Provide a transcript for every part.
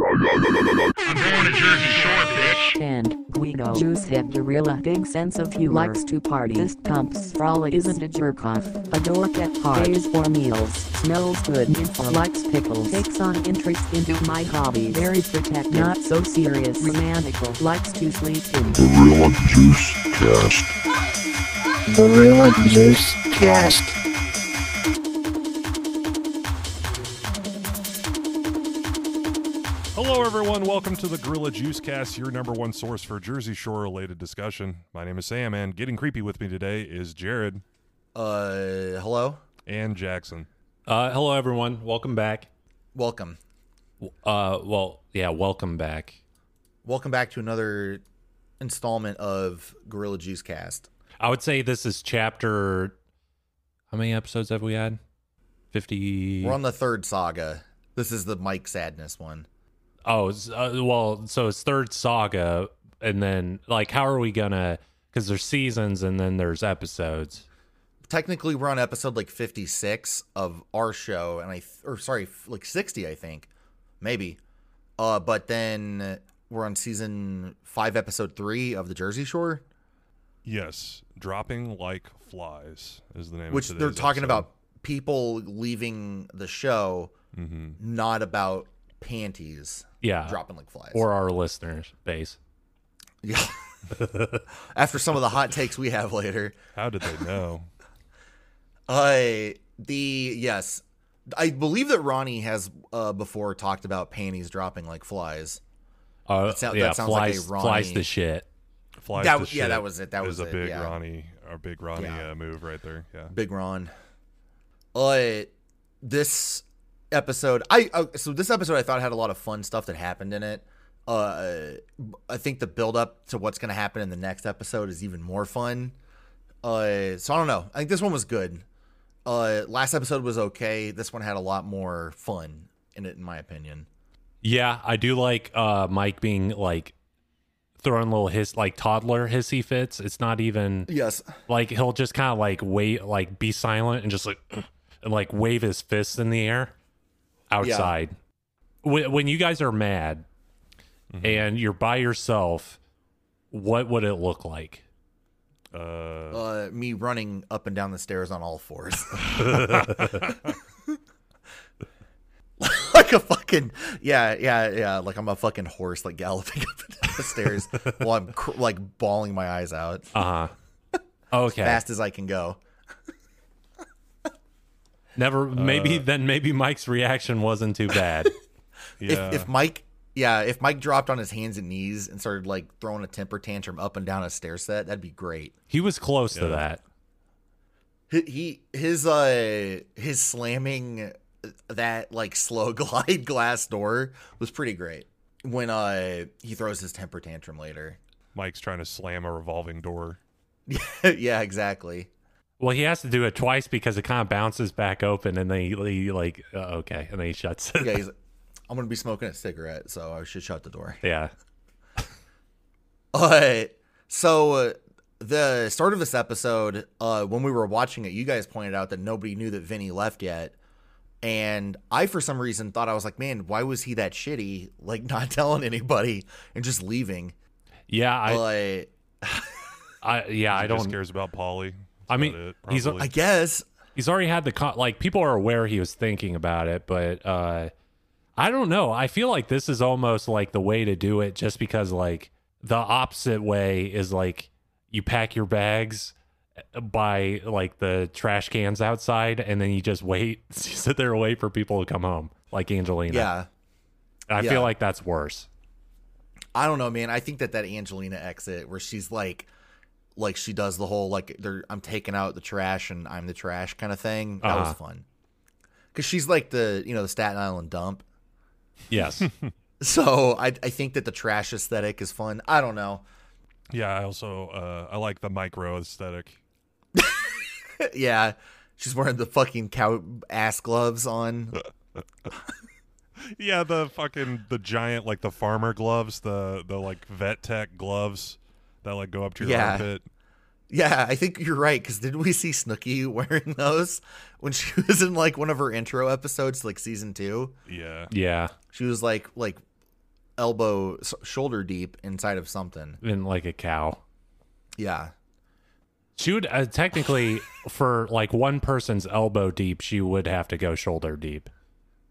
I'm going to Jersey Shore, bitch. And Guido Juice had a real big sense of humor. Likes to party. This pumps frolic isn't a jerk off. A dork at heart. Pays for meals. Smells good. Info likes pickles. Takes on interest into my hobby. Very protective. Not so serious. Romantical. Likes to sleep in. Gorilla Juice Cast. Gorilla Juice Cast. Hello, everyone. Welcome to the Gorilla Juice Cast, your number one source for Jersey Shore related discussion. My name is Sam, and getting creepy with me today is Jared Uh, hello. and Jackson. Uh, hello, everyone. Welcome back. Welcome. Uh, well, yeah, welcome back. Welcome back to another installment of Gorilla Juice Cast. I would say this is chapter. How many episodes have we had? 50. We're on the third saga. This is the Mike Sadness one. Oh, it's, uh, well, so it's third saga. And then, like, how are we going to. Because there's seasons and then there's episodes. Technically, we're on episode like 56 of our show, and I, th- or sorry, f- like 60, I think, maybe. Uh, but then we're on season five, episode three of the Jersey Shore, Yes, dropping like flies is the name. which of they're talking about people leaving the show, hmm not about panties Yeah. dropping like flies. Uh, Or our listeners' base. Yeah. After some of the hot takes we have later. How did they know? Uh the yes. I believe that Ronnie has uh, before talked about panties dropping like flies. Uh, That sound- that yeah, sounds like a flies, Ronnie- flies the shit. Flies That to w- yeah, shit that was it. That is was a it, big yeah. Ronnie, our big Ronnie Yeah. uh, move right there. Yeah, Big Ron. Uh this episode I uh, so this episode I thought had a lot of fun stuff that happened in it. Uh I think the build up to what's going to happen in the next episode is even more fun. Uh so I don't know. I think this one was good. Uh last episode was okay. This one had a lot more fun in it in my opinion. Yeah, I do like uh Mike being like throwing little hiss like toddler hissy fits. It's not even Yes. like he'll just kind of like wait like be silent and just like and like wave his fists in the air outside. When, when you guys are mad Mm-hmm. and you're by yourself, what would it look like? uh, Uh, me running up and down the stairs on all fours. like a fucking yeah yeah yeah like i'm a fucking horse like galloping up and down the stairs while i'm cr- like bawling my eyes out Uh-huh. Okay. fast as i can go Never Uh. maybe then maybe Mike's reaction wasn't too bad. yeah. if, if mike yeah if mike dropped on his hands and knees and started like throwing a temper tantrum up and down a stair set that'd be great he was close to Yeah. that. Hi- he his uh his slamming that like slow glide glass door was pretty great when uh he throws his temper tantrum later Mike's trying to slam a revolving door. yeah exactly Well, he has to do it twice because it kind of bounces back open, and then he, he like uh, okay, and then he shuts it. yeah he's i'm gonna be smoking a cigarette so i should shut the door yeah, uh so uh, the start of this episode uh when we were watching it you guys pointed out that nobody knew that vinny left yet and i for some reason thought i was like man why was he that shitty like not telling anybody and just leaving yeah, I, like I yeah, I He just don't. cares about Polly. I mean, About it, he's a- probably. I guess. He's already had the con- like people are aware he was thinking about it, but uh, I don't know. I feel like this is almost like the way to do it, just because like the opposite way is like you pack your bags uh, by like the trash cans outside, and then you just wait, you sit there and wait for people to come home, like Angelina. Yeah. I yeah. feel like that's worse. I don't know, man. I think that that Angelina exit where she's like, like she does the whole like they're, I'm taking out the trash and I'm the trash kind of thing. That was Uh-huh. fun. Cause she's like the you know the Staten Island dump. Yes. So I I think that the trash aesthetic is fun. I don't know. yeah. I also uh, I like the micro aesthetic. yeah. She's wearing the fucking cow ass gloves on. Yeah, the fucking the giant like the farmer gloves, the the like vet tech gloves that like go up to your Yeah. armpit. Yeah, I think you're right. Because didn't we see Snooki wearing those when she was in like one of her intro episodes, like season two? Yeah. yeah. She was like like elbow s- shoulder deep inside of something. in like a cow. Yeah. She would uh, technically, for like one person's elbow deep, she would have to go shoulder deep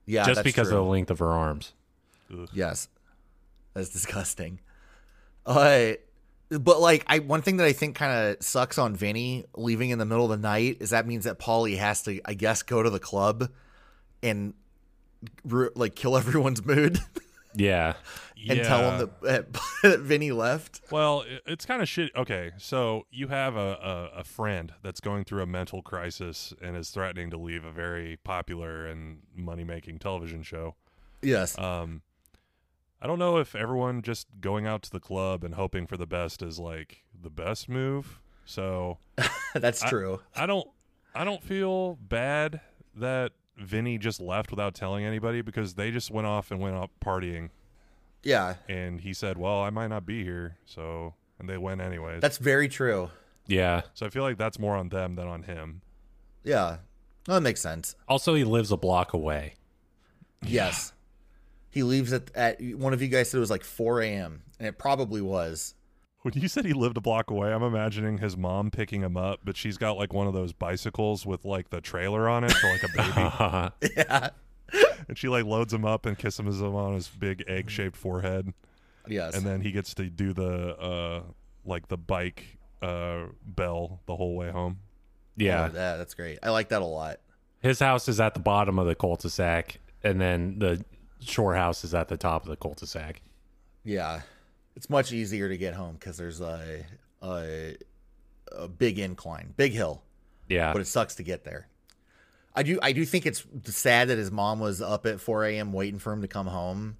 Yeah. just that's because true. of the length of her arms. Yes. That's disgusting. Uh, but like I one thing that I think kind of sucks on Vinny leaving in the middle of the night is that means that Paulie has to I guess go to the club and ru- like kill everyone's mood Yeah. and tell them that, that Vinny left. Well, i- it's kind of shit. Okay, so you have a, a, a friend that's going through a mental crisis and is threatening to leave a very popular and money making television show. Yes. Uh, Um, I don't know if everyone just going out to the club and hoping for the best is like the best move. So That's true. I don't I don't feel bad that Vinny just left without telling anybody because they just went off and went out partying yeah. and he said, "Well, I might not be here." So and they went anyways. That's very true. Yeah. So I feel like that's more on them than on him. Yeah. No, that makes sense. Also, he lives a block away. Yes. He leaves at, at one of you guys said it was like 4 a.m. and it probably was. When you said he lived a block away, I'm imagining his mom picking him up, but she's got like one of those bicycles with like the trailer on it for like a baby, yeah. and she like loads him up and kisses him on his big egg-shaped forehead, Yes. and then he gets to do the uh like the bike uh bell the whole way home. yeah. Oh, that- that's great. I like that a lot. His house is at the bottom of the cul-de-sac, and then the shore house is at the top of the cul-de-sac. Yeah, it's much easier to get home because there's a, a a big incline, big hill, Yeah. but it sucks to get there. I do I do think it's sad that his mom was up at 4 a.m. waiting for him to come home.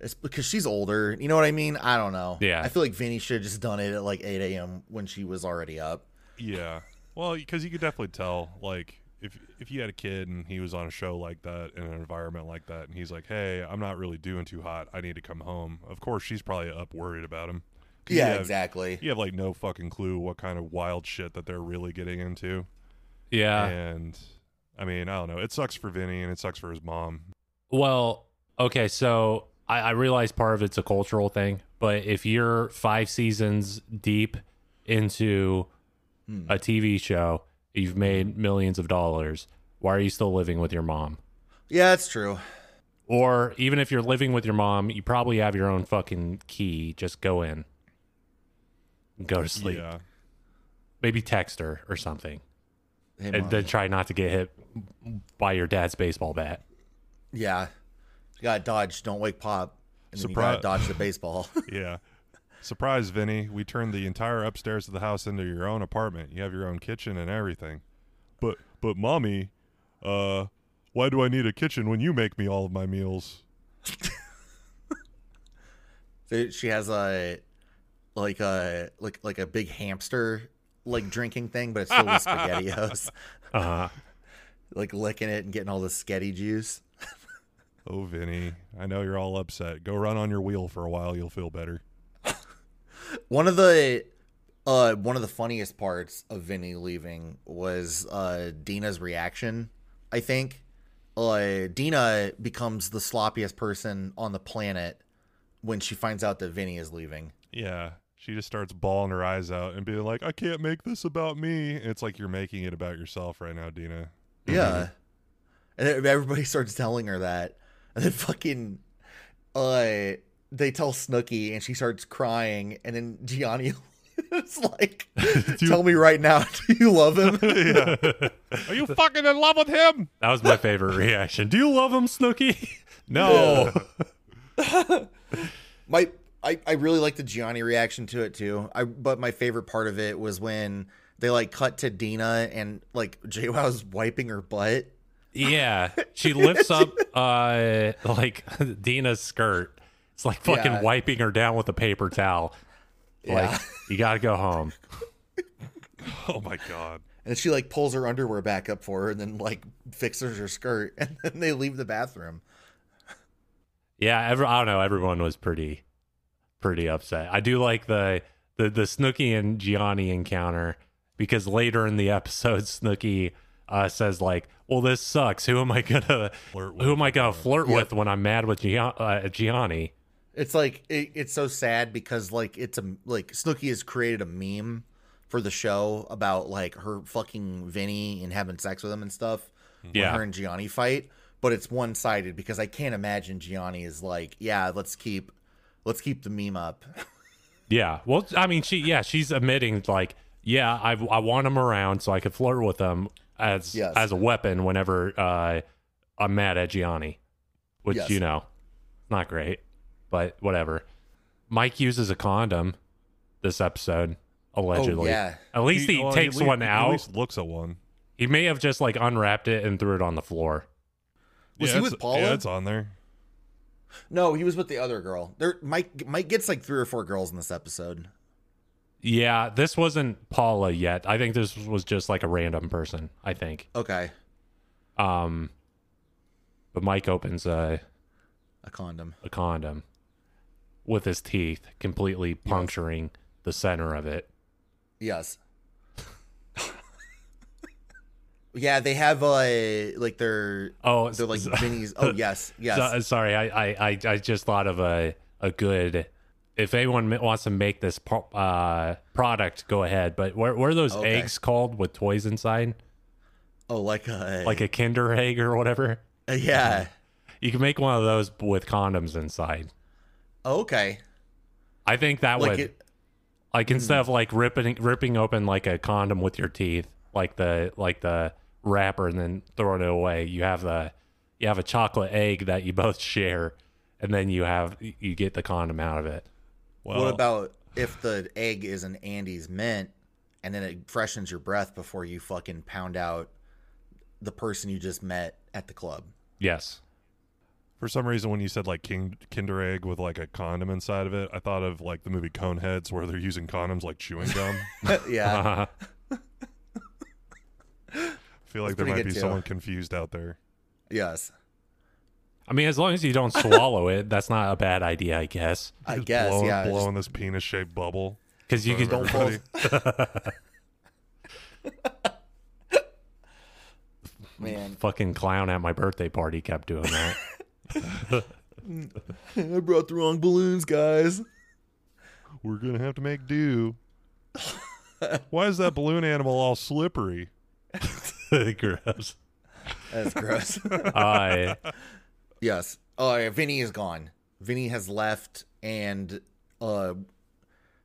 It's because she's older. You know what I mean? I don't know. Yeah. I feel like Vinny should have just done it at like 8 a.m. when she was already up. Yeah. Well, because you could definitely tell, like, if if you had a kid and he was on a show like that in an environment like that, and he's like, "Hey, I'm not really doing too hot. I need to come home." Of course, she's probably up worried about him. 'Cause you Yeah, have- exactly. You have like no fucking clue what kind of wild shit that they're really getting into, yeah. and I mean, I don't know. It sucks for Vinny and it sucks for his mom. Well, okay, so I, I realize part of it's a cultural thing, but if you're five seasons deep into Hmm. a TV show, you've made millions of dollars. Why are you still living with your mom? Yeah, that's true. Or even if you're living with your mom, you probably have your own fucking key. Just go in, go to sleep. Yeah. Maybe text her or something, Hey, and Mom. then try not to get hit by your dad's baseball bat. yeah, you got to dodge. Don't wake pop. And then you got to Surpri- dodge the baseball. Yeah. Surprise, Vinny. We turned the entire upstairs of the house into your own apartment. You have your own kitchen and everything. But but mommy, uh why do I need a kitchen when you make me all of my meals? So she has a like a like like a big hamster like drinking thing, but it's still with spaghettios. Uh, like licking it and getting all the sketty juice. Oh, Vinny, I know you're all upset. Go run on your wheel for a while, you'll feel better. One of the uh one of the funniest parts of Vinny leaving was uh Dina's reaction, I think. Uh Dina becomes the sloppiest person on the planet when she finds out that Vinny is leaving. Yeah. She just starts bawling her eyes out and being like, I can't make this about me. And it's like you're making it about yourself right now, Dina. Yeah. And then everybody starts telling her that. And then fucking uh they tell Snooky and she starts crying and then Gianni is like tell me right now, do you love him? Are you fucking in love with him? that was my favorite reaction. Do you love him, Snooky? no. my I, I really like the Gianni reaction to it too. I but my favorite part of it was when they like cut to Dina and like JWoww's wiping her butt. Yeah, she lifts up uh like Dina's skirt. It's like fucking Yeah. wiping her down with a paper towel. Like Yeah. you gotta go home. Oh, my God. And she like pulls her underwear back up for her and then like fixes her skirt and then they leave the bathroom. Yeah, every, I don't know. Everyone was pretty, pretty upset. I do like the the the Snooky and Gianni encounter because later in the episode, Snooky uh, says like, "Well, this sucks. Who am I gonna Flirt with who am I gonna flirt Yeah. with when I'm mad with Gia- uh, Gianni?" It's like it, it's so sad because like it's a like Snooki has created a meme for the show about like her fucking Vinny and having sex with him and stuff. when Yeah. her and Gianni fight, but it's one sided because I can't imagine Gianni is like, yeah, let's keep let's keep the meme up. Yeah. Well, I mean, she yeah, she's admitting like, yeah, I I want him around so I could flirt with him as Yes. as a weapon whenever uh, I'm mad at Gianni, which Yes. you know, not great, but whatever. Mike uses a condom this episode allegedly. Oh, yeah. At least he, well, takes at least- one out. At least looks at one. he may have just like unwrapped it and threw it on the floor. Was yeah, he it's- with Paula? Yeah, it's on there. No, he was with the other girl. There, Mike Mike gets like three or four girls in this episode. Yeah, this wasn't Paula yet. I think this was just like a random person, I think. Okay, Um, but Mike opens a, a condom. a condom with his teeth, completely puncturing the center of it. Yes. yeah, they have uh, like their Oh, they're like s- minis. Oh yes, yes. so- sorry, I, I, I, I just thought of a, a good. If anyone ma- wants to make this pro- uh, product, go ahead. But what, what are those Okay. eggs called with toys inside? oh, like a Like a Kinder egg or whatever? yeah. You can make one of those with condoms inside. Oh, okay, I think that like would it. like Hmm. instead of like ripping ripping open like a condom with your teeth like the like the wrapper and then throwing it away you have the you have a chocolate egg that you both share and then you have you get the condom out of it Well, what about if the egg is an Andes mint, and then it freshens your breath before you fucking pound out the person you just met at the club? yes for some reason when you said like king, Kinder Egg with like a condom inside of it, I thought of like the movie Coneheads where they're using condoms like chewing gum. I yeah. feel like That's there pretty might good, be too. someone confused out there. Yes. i mean as long as you don't swallow it that's not a bad idea i guess I Just guess. blowing, yeah. just- blowing this penis-shaped bubble. because Uh, you could Don't fall- man. fucking clown at my birthday party kept doing that I brought the wrong balloons, guys. We're gonna have to make do. Why is that balloon animal all slippery? gross That's gross. uh, yes. Oh, yeah, Vinny is gone. Vinny has left, and uh,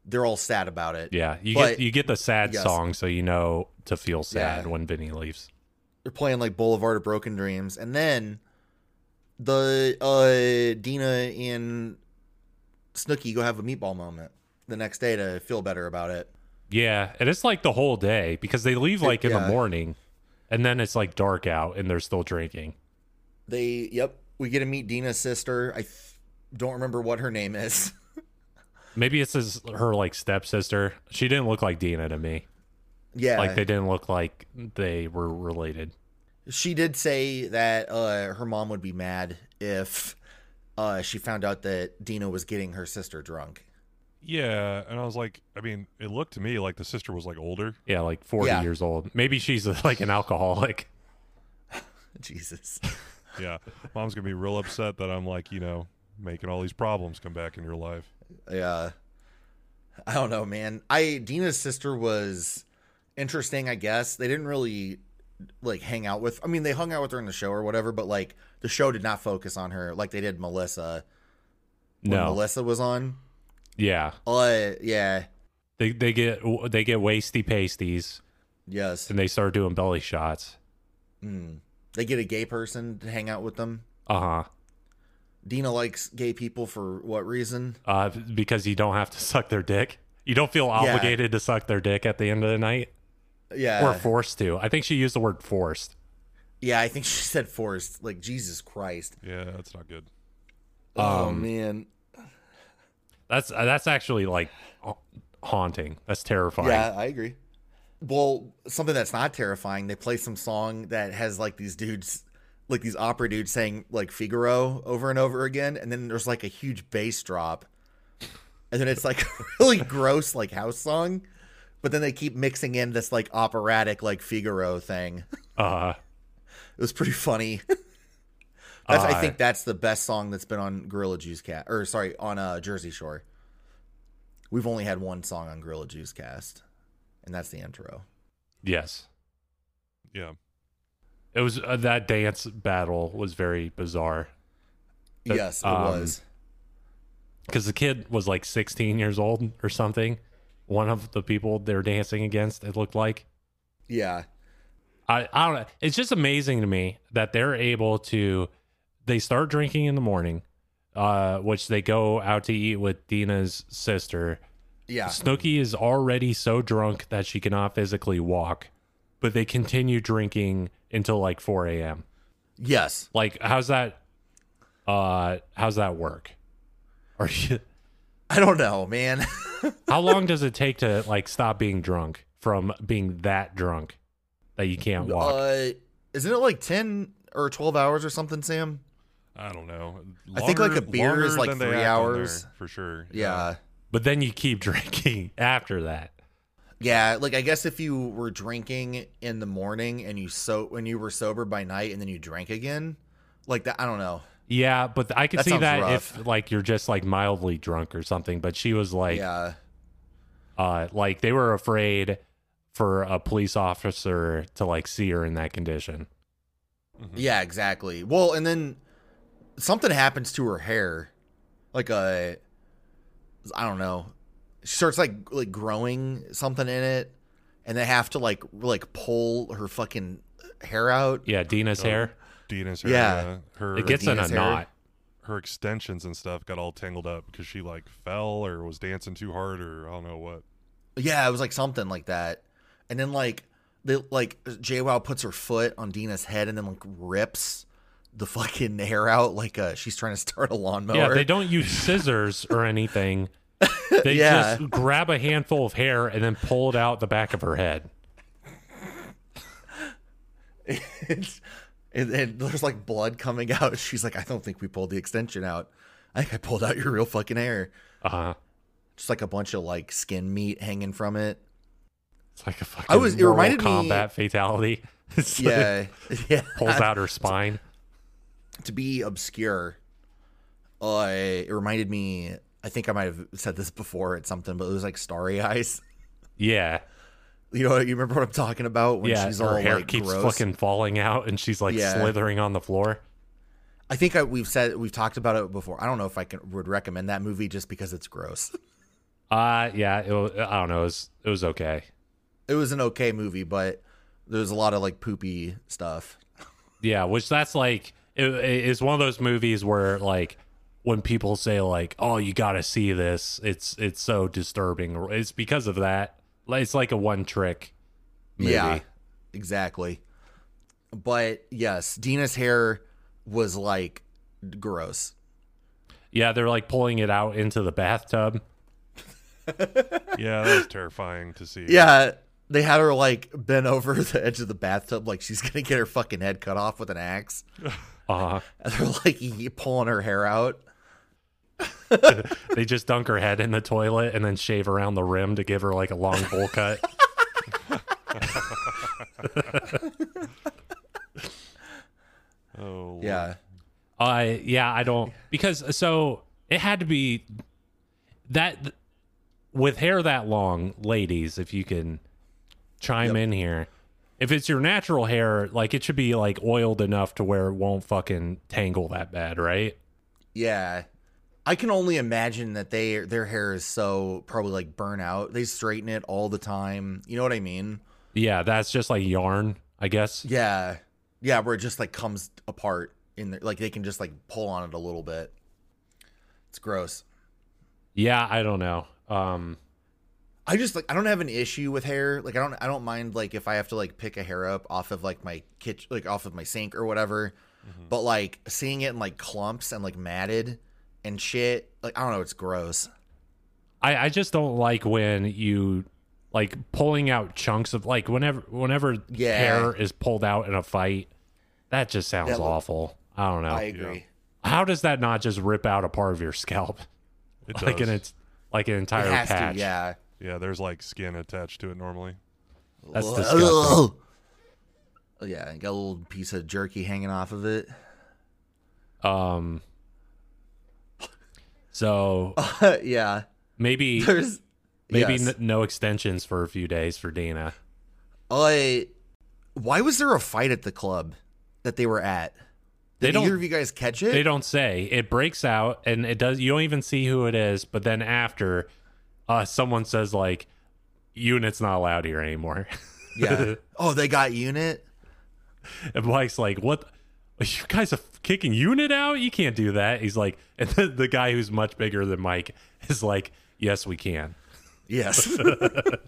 they're all sad about it. yeah you But- get you get the sad yes. song so you know to feel sad Yeah. when vinny leaves They're playing like Boulevard of Broken Dreams, and then the uh, Dina and Snooky go have a meatball moment the next day to feel better about it. Yeah, and it's like the whole day because they leave like in yeah. the morning, and then it's like dark out, and they're still drinking. They, yep, we get to meet Dina's sister. I th- don't remember what her name is. Maybe it's his, her like stepsister. She didn't look like Dina to me. yeah, Like they didn't look like they were related. She did say that uh, her mom would be mad if uh, she found out that Dina was getting her sister drunk. Yeah, and I was like, I mean, it looked to me like the sister was like older. Yeah, like forty Yeah. years old. Maybe she's like an alcoholic. Jesus. Yeah, mom's gonna be real upset that I'm like, you know, making all these problems come back in your life. Yeah. I don't know, man. I Dina's sister was interesting, I guess. They didn't really like hang out with I mean, they hung out with her in the show or whatever, but like the show did not focus on her like they did Melissa when No, Melissa was on. yeah, Uh yeah. they they get they get wasty pasties Yes. and they start doing belly shots. Mm. They get a gay person to hang out with them. Uh huh. Dina likes gay people for what reason? Uh, because you don't have to suck their dick. You don't feel obligated to suck their dick at the end of the night Yeah. or forced to. I think she used the word forced. Yeah, I think she said forced. Like Jesus Christ. Yeah, that's not good. oh man. That's uh, that's actually like ha- haunting. That's terrifying. Yeah, I agree. Well, something that's not terrifying. They play some song that has like these dudes, like these opera dudes saying like Figaro over and over again, and then there's like a huge bass drop, and then it's like a really gross like house song, but then they keep mixing in this like operatic like Figaro thing. Uh, It was pretty funny. That's, I Uh, think that's the best song that's been on Gorilla Juice Cast, or sorry, on uh, Jersey Shore. We've only had one song on Gorilla Juice Cast, and that's the intro. Yes. Yeah. It was uh, that dance battle was very bizarre But, yes, it um, was. because the kid was like 16 years old or something. One of the people they were dancing against, it looked like. Yeah, I, I don't know. It's just amazing to me that they're able to. They start drinking in the morning, uh, which they go out to eat with Dina's sister. yeah, Snooky is already so drunk that she cannot physically walk, but they continue drinking until like 4 a.m. yes. Like, how's that? Uh, how's that work? Are you? I don't know, man. How long does it take to like stop being drunk from being that drunk that you can't walk? uh, isn't it like ten or twelve hours or something, Sam? I don't know. I think, like, a beer longer is, like, than they three act on there, hours. for sure. Yeah. but then you keep drinking after that. Yeah, like I guess if you were drinking in the morning and you so when you were sober by night and then you drank again, like that I don't know. Yeah, but th- I could That see sounds that rough. if like you're just like mildly drunk or something. But she was like, yeah. uh, like they were afraid for a police officer to like see her in that condition. Hmm. Yeah, exactly. Well, and then something happens to her hair. Like a I don't know. She starts like like growing something in it and they have to like like pull her fucking hair out. Yeah, Dina's hair. Dina's hair. Yeah. Yeah. Her It gets in a Oh, Dina's hair. knot. her extensions and stuff got all tangled up because she like fell or was dancing too hard or I don't know what. Yeah, it was like something like that. And then like they like JWoww puts her foot on Dina's head and then like rips the fucking hair out like uh she's trying to start a lawnmower. Yeah, they don't use scissors or anything. They Yeah. just grab a handful of hair and then pull it out the back of her head. It's- and, and there's like blood coming out. She's like, I don't think we pulled the extension out. I think I pulled out your real fucking hair. Uh, Just like a bunch of like skin meat hanging from it. it's like a fucking I was- it Mortal reminded me- Kombat fatality. It's like- Yeah. yeah. pulls out her spine. to be obscure, uh, it reminded me. I think I might have said this before at something, but it was like Starry Eyes. Yeah, You know, you remember what I'm talking about when yeah. she's all her hair like keeps gross. fucking falling out, and she's like Yeah. slithering on the floor. I think I, we've said we've talked about it before. I don't know if I can would recommend that movie just because it's gross. Uh yeah. It was, I don't know. It was it was okay. It was an okay movie, but there's a lot of like poopy stuff. Yeah, which that's like it, it's one of those movies where like when people say like, "Oh, you got to see this," it's it's so disturbing. It's because of that. Like, It's like a one trick. Movie. Yeah, exactly. But yes, Dina's hair was like gross. yeah. They're like pulling it out into the bathtub. Yeah, that was terrifying to see. Yeah, they had her like bent over the edge of the bathtub, like she's gonna get her fucking head cut off with an axe. Uh, And they're like ye- pulling her hair out. they just dunk her head in the toilet and then shave around the rim to give her like a long bowl cut. Oh Lord. Yeah, Uh, yeah, I don't because uh, so it had to be that with hair that long, ladies. If you can chime in here, if it's your natural hair, like it should be like oiled enough to where it won't fucking tangle that bad, right? yeah. I can only imagine that they their hair is so probably like burnt out. They straighten it all the time. You know what I mean? Yeah, that's just like yarn, I guess. Yeah, yeah. Where it just like comes apart in the, like they can just like pull on it a little bit. It's gross. Yeah, I don't know. Um, I just like I don't have an issue with hair. Like I don't I don't mind like if I have to like pick a hair up off of like my kitchen like off of my sink or whatever. Mm-hmm. But like seeing it in like clumps and like matted and shit, like I don't know, it's gross. I, I just don't like when you like pulling out chunks of like whenever whenever Yeah. hair is pulled out in a fight. That just sounds look- awful. I don't know. I agree. How does that not just rip out a part of your scalp? it does. Like an it's like an entire It has patch. to, yeah. yeah, there's like skin attached to it normally. That's Ugh. disgusting. Oh, Yeah, got a little piece of jerky hanging off of it. Um, so yeah. maybe There's maybe yes. n- no extensions for a few days for Dina. I. Why was there a fight at the club that they were at? Did They don't- either of you guys catch it? They don't say it breaks out, and it does. You don't even see who it is, but then after, uh, someone says like, "Unit's not allowed here anymore." Yeah. oh, they got unit. And Blake's like, "What? the- You guys are kicking unit out? You can't do that." He's like, and the, the guy who's much bigger than Mike is like, "Yes, we can." Yes. That's what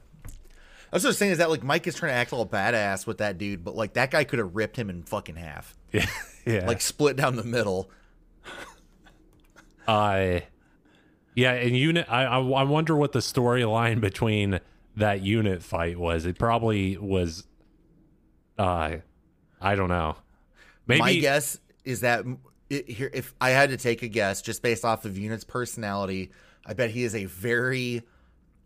I was saying is that like Mike is trying to act all badass with that dude, but like that guy could have ripped him in fucking half, Yeah, yeah. like split down the middle. uh, yeah. And unit, I, I, I wonder what the storyline between that unit fight was. It probably was, uh, I don't know. Maybe My guess is that m- it, here, if I had to take a guess, just based off of Unit's personality, I bet he is a very,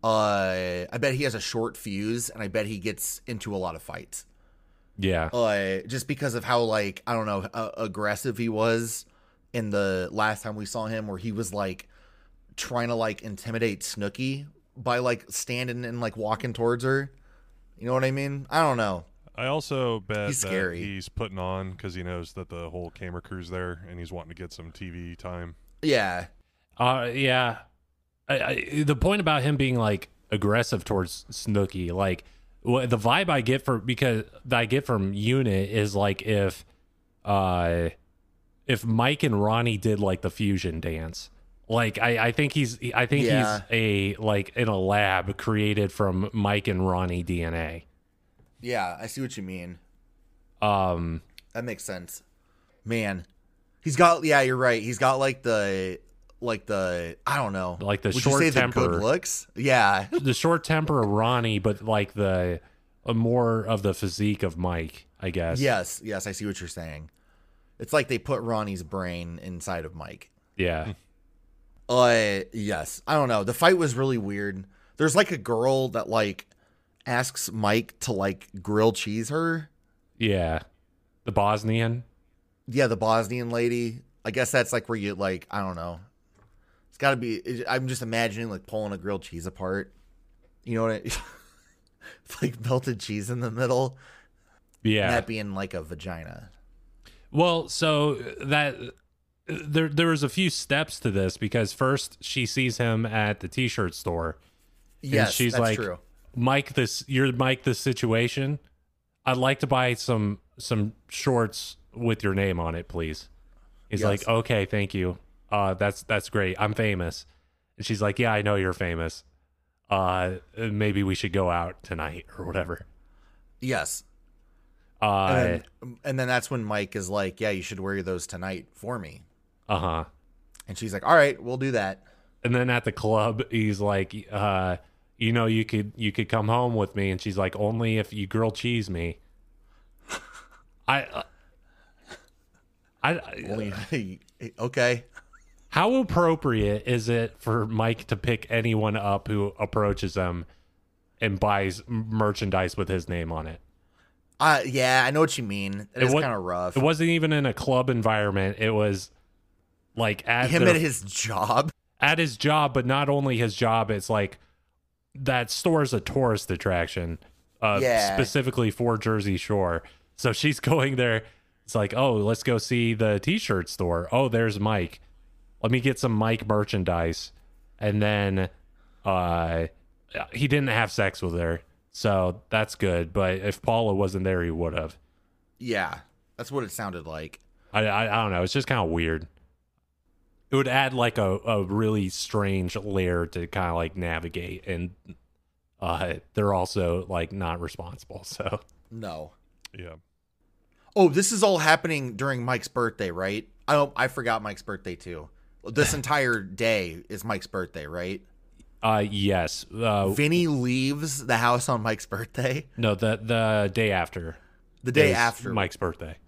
uh, I bet he has a short fuse, and I bet he gets into a lot of fights. yeah. uh, just because of how like I don't know uh, aggressive he was in the last time we saw him, where he was like trying to like intimidate Snooky by like standing and like walking towards her. You know what I mean? I don't know. I also bet He's that scary. he's putting on because he knows that the whole camera crew's there and he's wanting to get some TV time. Yeah, Uh, yeah. I, I, the point about him being like aggressive towards Snooky, like wh- the vibe I get for because that I get from Unit is like if, uh, if Mike and Ronnie did like the fusion dance, like I, I think he's I think Yeah. he's a like in a lab created from Mike and Ronnie DNA. yeah, I see what you mean. Um, That makes sense. Man, he's got yeah, you're right. He's got like the like the I don't know Like the Would short you say the temper. good looks. Yeah, the short temper of Ronnie, but like the uh, more of the physique of Mike, I guess. yes, yes, I see what you're saying. It's like they put Ronnie's brain inside of Mike. Yeah. Uh, yes. I don't know. The fight was really weird. There's like a girl that like asks Mike to like grill cheese her. Yeah. The Bosnian. Yeah, the Bosnian lady. I guess that's like where you like I don't know. It's got to be. it- I'm just imagining like pulling a grilled cheese apart. You know what? I, it's like melted cheese in the middle. Yeah. and That being like a vagina. well, so that there there was a few steps to this because first she sees him at the t-shirt store. Yes, and she's that's like, true. Mike, this you're Mike this situation. I'd like to buy some some shorts with your name on it, please. He's Yes. like, okay, thank you. Uh, that's that's great. I'm famous. And she's like, yeah, I know you're famous. Uh, maybe we should go out tonight or whatever. Yes. Uh, And, and then that's when Mike is like, "Yeah, you should wear those tonight for me." uh huh. And she's like, "All right, we'll do that." and then at the club he's like uh you know you could you could come home with me and she's like only if you grilled cheese me i uh, I, I- Only- okay. how appropriate is it for Mike to pick anyone up who approaches him and buys m- merchandise with his name on it? Uh, yeah, I know what you mean. It is wa- kind of rough. It wasn't even in a club environment. It was like at Him their at his job. at his job, but not only his job, it's like that store's a tourist attraction, uh, Yeah. specifically for Jersey Shore. So she's going there. It's like, oh, let's go see the t shirt store. Oh, there's Mike. Let me get some Mike merchandise. And then uh, he didn't have sex with her. So that's good. But if Paula wasn't there, he would have. Yeah, that's what it sounded like. I, I I don't know. It's just kind of weird. It would add like a, a really strange layer to kind of like navigate, and uh, they're also like not responsible. So No. Yeah. Oh, this is all happening during Mike's birthday, right? I don't, I forgot Mike's birthday too. This entire day is Mike's birthday, right? uh, yes, uh, Vinny leaves the house on Mike's birthday no, the the day after, the day is after. Mike's birthday.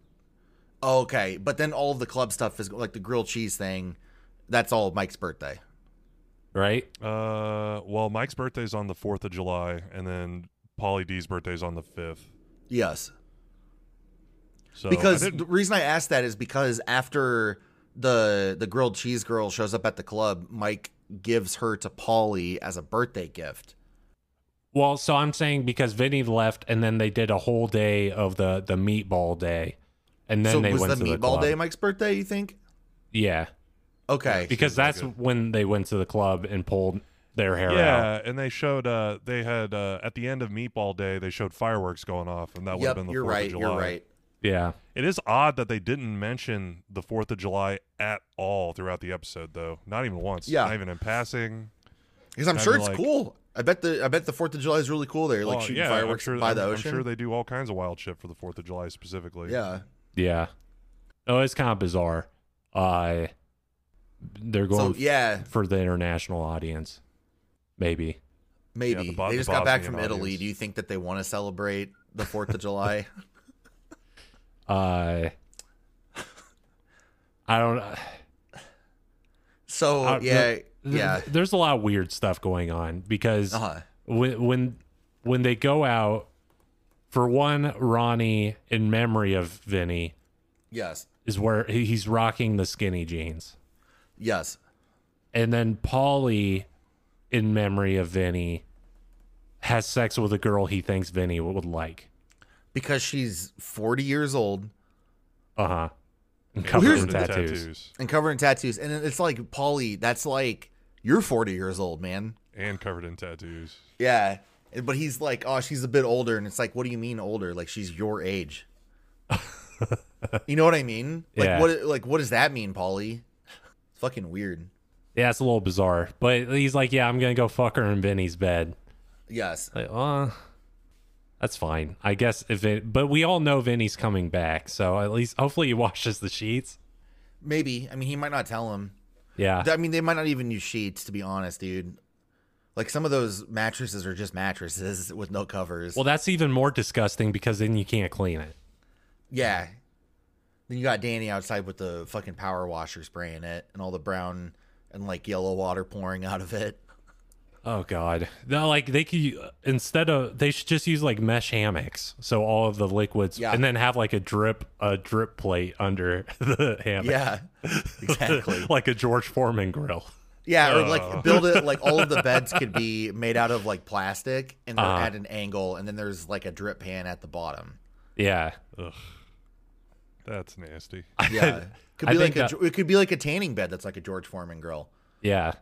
Oh, okay, but then all of the club stuff is like the grilled cheese thing. That's all Mike's birthday. Right? Uh, well, Mike's birthday's on the 4th of July, and then Polly D's birthday's on the 5th. Yes. So I because didn't- the reason I asked that is because after the the grilled cheese girl shows up at the club, Mike gives her to Polly as a birthday gift. Well, so I'm saying because Vinny left, and then they did a whole day of the the meatball day, and then so they was the went to the meatball club. day Mike's birthday? You think? Yeah, Okay. because Seems like that's it. when they went to the club and pulled their hair out. Yeah, and they showed uh they had uh at the end of Meatball Day they showed fireworks going off and that would have yep, been the you're 4th right. of July. You're right. Yeah, It is odd that they didn't mention the 4th of July at all throughout the episode though. Not even once. Yeah. Not even in passing. Because I'm Kinda sure it's like- cool. I bet the I bet the Fourth of July is really cool there, like Oh, shooting yeah, I'm fireworks sure- by I'm- the I'm ocean. sure they do all kinds of wild shit for the 4th of July specifically. yeah. yeah. Oh, it's kind of bizarre. Uh, they're going So yeah, for the international audience, maybe. maybe the Bo- they the just got back Bosnian from Italy. audience. Do you think that they want to celebrate the Fourth of July? Uh, I don't. So Uh, I- yeah, th- yeah. There's a lot of weird stuff going on because Uh-huh. when when when they go out for one ronnie in memory of vinny Yes. is where he- he's rocking the skinny jeans Yes. and then polly in memory of vinny has sex with a girl he thinks vinny would like Because she's 40 years old uh-huh and Covered covered in in tattoos. tattoos and covered in tattoos, and it's like Polly. That's like you're 40 years old, man. and covered in tattoos. Yeah. And- But he's like, oh, she's a bit older, and it's like, what do you mean older? Like she's your age. you know what I mean? Like Yeah. what? Like what does that mean, Polly? It's fucking weird. yeah it's a little bizarre but he's like yeah i'm gonna go fuck her in vinny's bed Yes. like uh that's fine i guess if it but we all know vinny's coming back so at least hopefully he washes the sheets Maybe. I mean, he might not tell him. yeah I mean, they might not even use sheets, to be honest, dude. Like some of those mattresses are just mattresses with no covers. Well, that's even more disgusting because then you can't clean it. Yeah. Then you got Danny outside with the fucking power washer spraying it and all the brown and like yellow water pouring out of it. Oh God! No, like they could instead of they should just use like mesh hammocks, so all of the liquids, Yeah. and then have like a drip a drip plate under the hammock. Yeah. Exactly. like a George Foreman grill. Yeah, or like build it like all of the beds could be made out of like plastic and they're Uh-huh. at an angle and then there's like a drip pan at the bottom. Yeah, That's nasty. Yeah. Could I be think like a, that- it could be like a tanning bed that's like a George Foreman grill. yeah,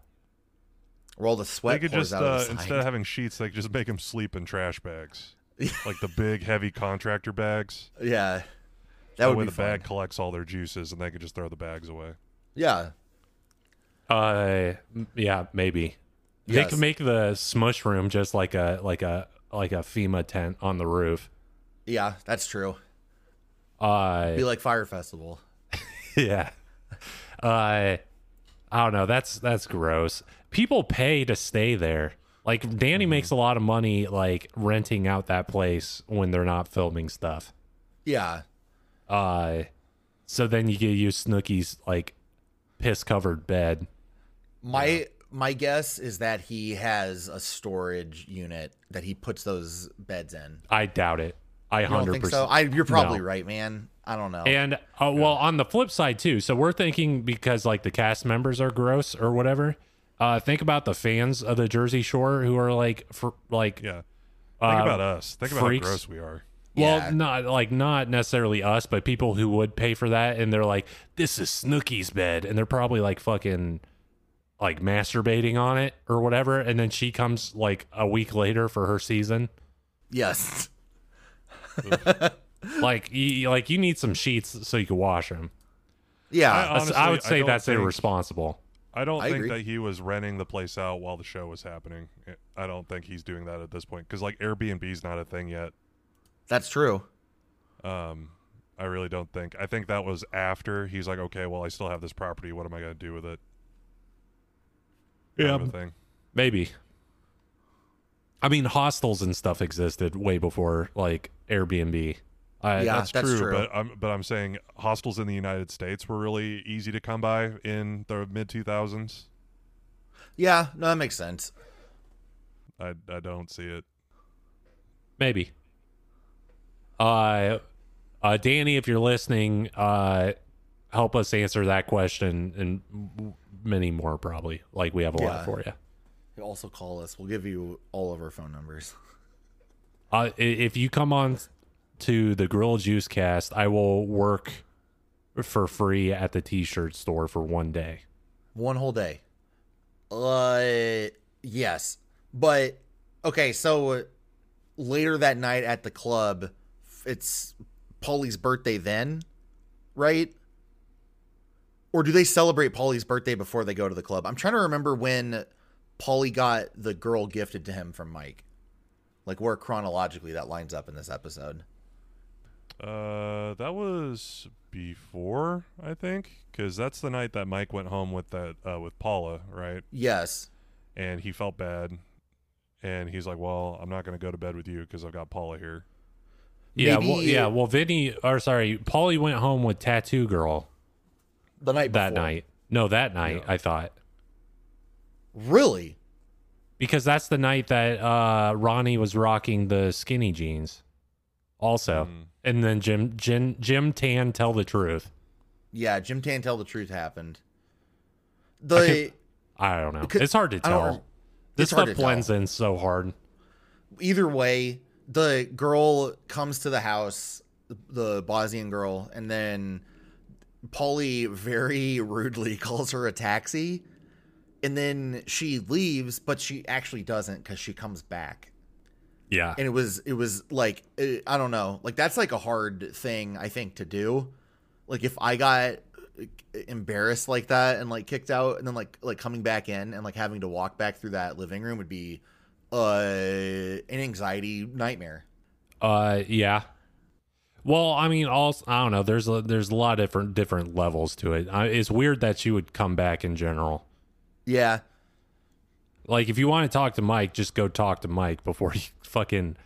Where all the They sweat could pours just out uh, of the instead side. of having sheets, they could just make them sleep in trash bags, like the big heavy contractor bags. yeah. That That would way be the fun. bag collects all their juices, and they could just throw the bags away. Yeah. uh, m- yeah, maybe they Yes. could make the smush room just like a like a like a FEMA tent on the roof. Yeah, that's true. Uh, Be like Fire Festival. yeah. Uh, I don't know. That's that's gross. People pay to stay there. Like Danny Mm-hmm. makes a lot of money, like renting out that place when they're not filming stuff. Yeah. Uh, so then you get to use Snooky's like piss covered bed. My my guess is that he has a storage unit that he puts those beds in. I doubt it. I I don't hundred think so. percent. I, you're probably No. right, man. I don't know. And uh, well, on the flip side too. So we're thinking because like the cast members are gross or whatever. Uh, think about the fans of the Jersey Shore who are like for like Yeah, think uh, about us. Think about freaks. how gross we are. Well, Yeah. not like not necessarily us, but people who would pay for that, and they're like, "This is Snooky's bed," and they're probably like fucking like masturbating on it or whatever, and then she comes like a week later for her season. yes. Like, you, like you need some sheets so you can wash them. Yeah. I- uh, That's- I Honestly, would I say don't that's think- irresponsible. I don't I think agree. that he was renting the place out while the show was happening. I don't think he's doing that at this point because like Airbnb's not a thing yet. that's true. Um, I really don't think. I think that was after he's like, okay, well, I still have this property. What am I gonna do with it? Kind of a thing. maybe. I mean, hostels and stuff existed way before like Airbnb. I, yeah, that's, true, but I'm but I'm saying hostels in the United States were really easy to come by in the mid 2000s. yeah, no, that makes sense. I I don't see it. Maybe. Uh, uh, Danny, if you're listening, uh, help us answer that question and m- many more probably. Like we have a Yeah. lot for you. You also call us. We'll give you all of our phone numbers. Uh, i- if you come on to the Grill Juice Cast, I will work for free at the T-shirt store for one day. One whole day. Uh, yes, but okay. So later that night at the club, it's Paulie's birthday then, right? Or do they celebrate Paulie's birthday before they go to the club? I'm trying to remember when Paulie got the girl gifted to him from Mike. Like where chronologically that lines up in this episode. Uh, that was before I think, because that's the night that Mike went home with that uh, with Paula, right? Yes. And he felt bad, and he's like, "Well, I'm not gonna go to bed with you because I've got Paula here." Yeah, well, Maybe- yeah. Well, Vinny, or sorry, Paulie went home with Tattoo Girl The night that before. night. No, that night I thought Really? because that's the night that uh, Ronnie was rocking the skinny jeans, also, Hmm. and then Jim Jim Jim Tan tell the truth. Yeah, Jim Tan tell the truth happened. The I don't know. Because- it's hard to I don't- tell. This it's hard to stuff tell. blends in so hard. either way, the girl comes to the house, the Bosnian girl, and then Polly very rudely calls her a taxi. And then she leaves, but she actually doesn't because she comes back. Yeah, And it was, it was like, eh, I don't know. Like, that's like a hard thing, I think, to do. Like, if I got embarrassed like that and like kicked out and then like like coming back in and like having to walk back through that living room would be uh an anxiety nightmare Uh, yeah. Well, I mean, also, I don't know. There's a, there's a lot of different different levels to it. I, it's weird that she would come back in general. yeah Like, if you want to talk to Mike, just go talk to Mike before you fucking.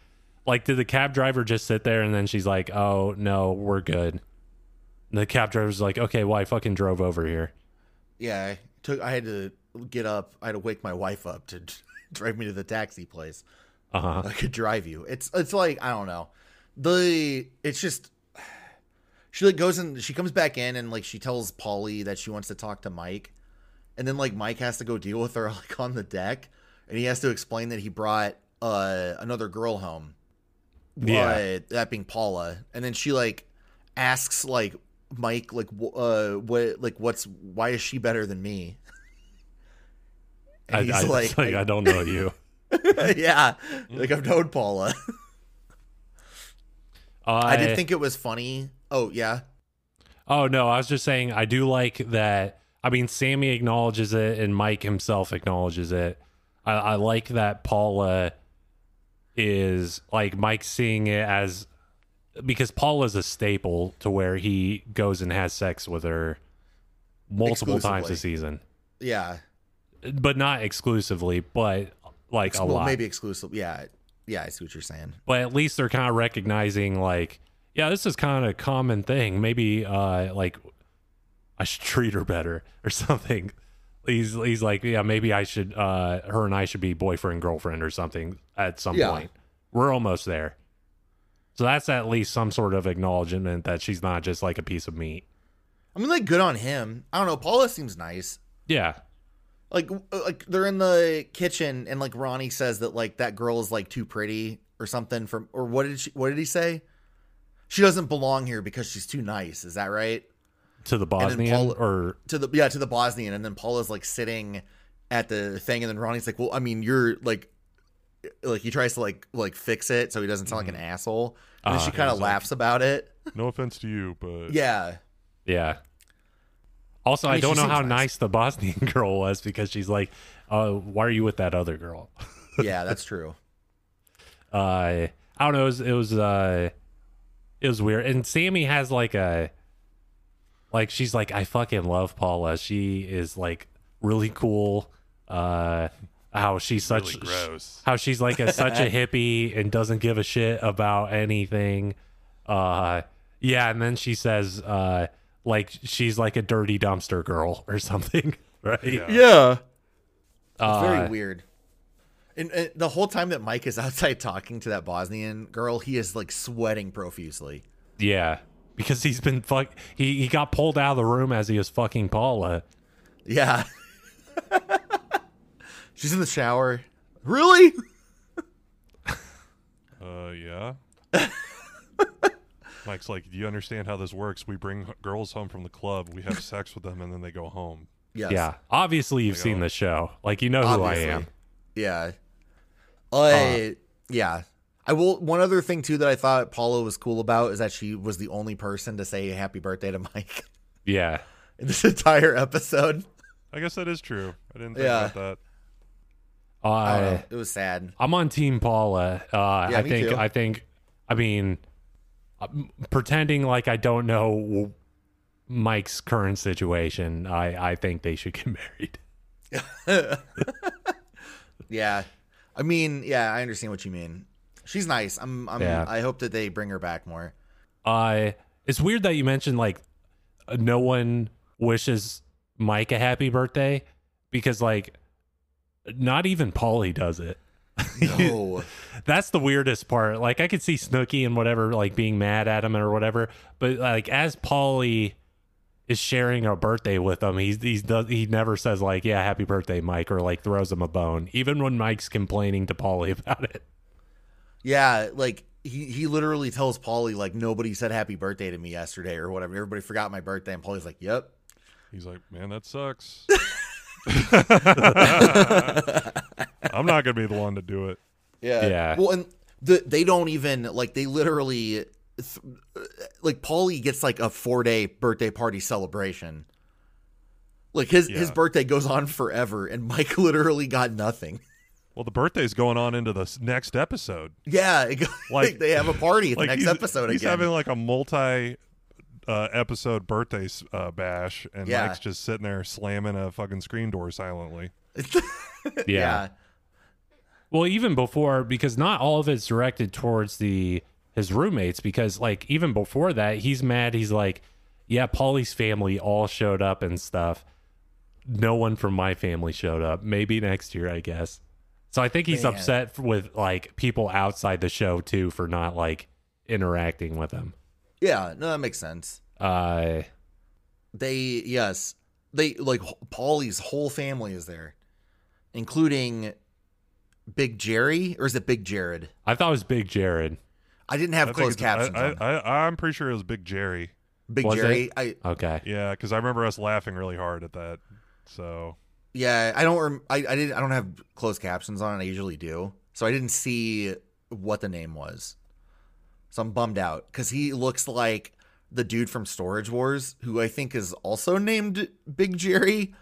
Like, did the cab driver just sit there and then she's like, "Oh no, we're good." And the cab driver's like, "Okay, well, I fucking drove over here." yeah i took i had to get up i had to wake my wife up to drive me to the taxi place Uh huh. I could drive you. It's it's like I don't know. The it's just she like goes and she comes back in and like she tells Polly that she wants to talk to Mike, and then like Mike has to go deal with her like on the deck, and he has to explain that he brought uh another girl home. Yeah. Uh, that being Paula, and then she like asks like Mike like wh- uh what like what's why is she better than me? And I, he's I, like, it's like, I don't know you. yeah, like I've known Paula. I did think it was funny. Oh yeah, Oh no, I was just saying I do like that. I mean, Sammy acknowledges it, and Mike himself acknowledges it. I, I like that Paula is like Mike seeing it as because Paula's a staple to where he goes and has sex with her multiple times a Exclusively. season, yeah. but not exclusively, but like a well, lot. maybe exclusive. Yeah, yeah. I see what you're saying. but at least they're kind of recognizing like yeah this is kind of a common thing maybe uh like i should treat her better or something he's he's like yeah maybe i should uh her and i should be boyfriend girlfriend or something at some Yeah. point we're almost there so that's at least some sort of acknowledgement that she's not just like a piece of meat I mean, like, good on him. I don't know. Paula seems nice. yeah Like, w- uh, like they're in the kitchen, and like Ronnie says that like that girl is like too pretty or something. From or what did she? What did he say? She doesn't belong here because she's too nice. Is that right? to the then bosnian Paula- or to the yeah to the Bosnian, and then Paula's like sitting at the thing, and then Ronnie's like, "Well, I mean, you're like, like he tries to like like fix it so he doesn't sound like an asshole." And then Ah, she he kind of was like- laughs about it. No offense to you, but Yeah, Yeah. Also, I I, mean, don't she know how seems nice. nice. the Bosnian girl was because she's like, uh, why are you with that other girl? yeah, that's true. Uh, I don't know. It was, it was, uh, it was weird. And Sammy has like a, like, she's like, I fucking love Paula. She is like really cool. Uh, how she's really such, gross. how she's like a, such a hippie and doesn't give a shit about anything. Uh, yeah, and then she says, uh, like she's like a dirty dumpster girl or something, right? Yeah. Yeah, Uh, very weird. And, and the whole time that Mike is outside talking to that Bosnian girl, he is like sweating profusely. Yeah, because he's been fuck. He he got pulled out of the room as he was fucking Paula. Yeah. She's in the shower. Really? Uh, yeah. Mike's like, do you understand how this works? We bring h- girls home from the club, we have sex with them, and then they go home. Yes. Yeah, obviously you've seen this show. Like you know who I am. Yeah. I yeah. I will one other thing too that I thought Paula was cool about is that she was the only person to say happy birthday to Mike Yeah, in this entire episode. I guess that is true. I didn't think Yeah. about that. I don't uh, know. it was sad. I'm on Team Paula. Uh, Yeah, I me think. too. I think. I mean, I'm pretending like I don't know Mike's current situation. I I think they should get married. Yeah. I mean, yeah, I understand what you mean. She's nice. I'm I'm Yeah. I hope that they bring her back more. Uh, it's weird that you mentioned like uh, no one wishes Mike a happy birthday because like not even Polly does it. No. That's the weirdest part. Like I could see Snooky and whatever like being mad at him or whatever, but like as Polly is sharing a birthday with him, he's he's does he never says like yeah happy birthday Mike or like throws him a bone even when Mike's complaining to Polly about it. yeah, like he, he literally tells Polly like nobody said happy birthday to me yesterday or whatever. Everybody forgot my birthday and Polly's like, "Yep." He's like, man, that sucks. I'm not gonna be the one to do it. Yeah. Yeah. Well, and the, they don't even like they literally th- like Paulie gets like a four day birthday party celebration. Like his his Yeah. birthday goes on forever, and Mike literally got nothing. Well, the birthday's going on into the s- next episode. Yeah, it go- like Like- they have a party at the Like next he's, episode he's again. having like a multi. Uh, episode birthday s- uh, bash, and Yeah. Mike's just sitting there slamming a fucking screen door silently. yeah. Well, even before, because not all of it's directed towards the his roommates, because like even before that, he's mad. He's like, "Yeah, Polly's family all showed up and stuff. No one from my family showed up. Maybe next year, I guess." So I think he's Man. upset f- with like people outside the show too for not like interacting with him. yeah, No, that makes sense. Uh, They yes, they like wh- Paulie's whole family is there, including Big Jerry or is it Big Jared? I thought it was Big Jared. I didn't I have think closed it's- captions. I, on. I, I, I'm pretty sure it was Big Jerry. Big Was Jerry. it? I Okay. Yeah, because I remember us laughing really hard at that. So yeah, I don't. Rem- I I didn't. I don't have closed captions on. I usually do, so I didn't see what the name was. So I'm bummed out because he looks like the dude from Storage Wars, who I think is also named Big Jerry.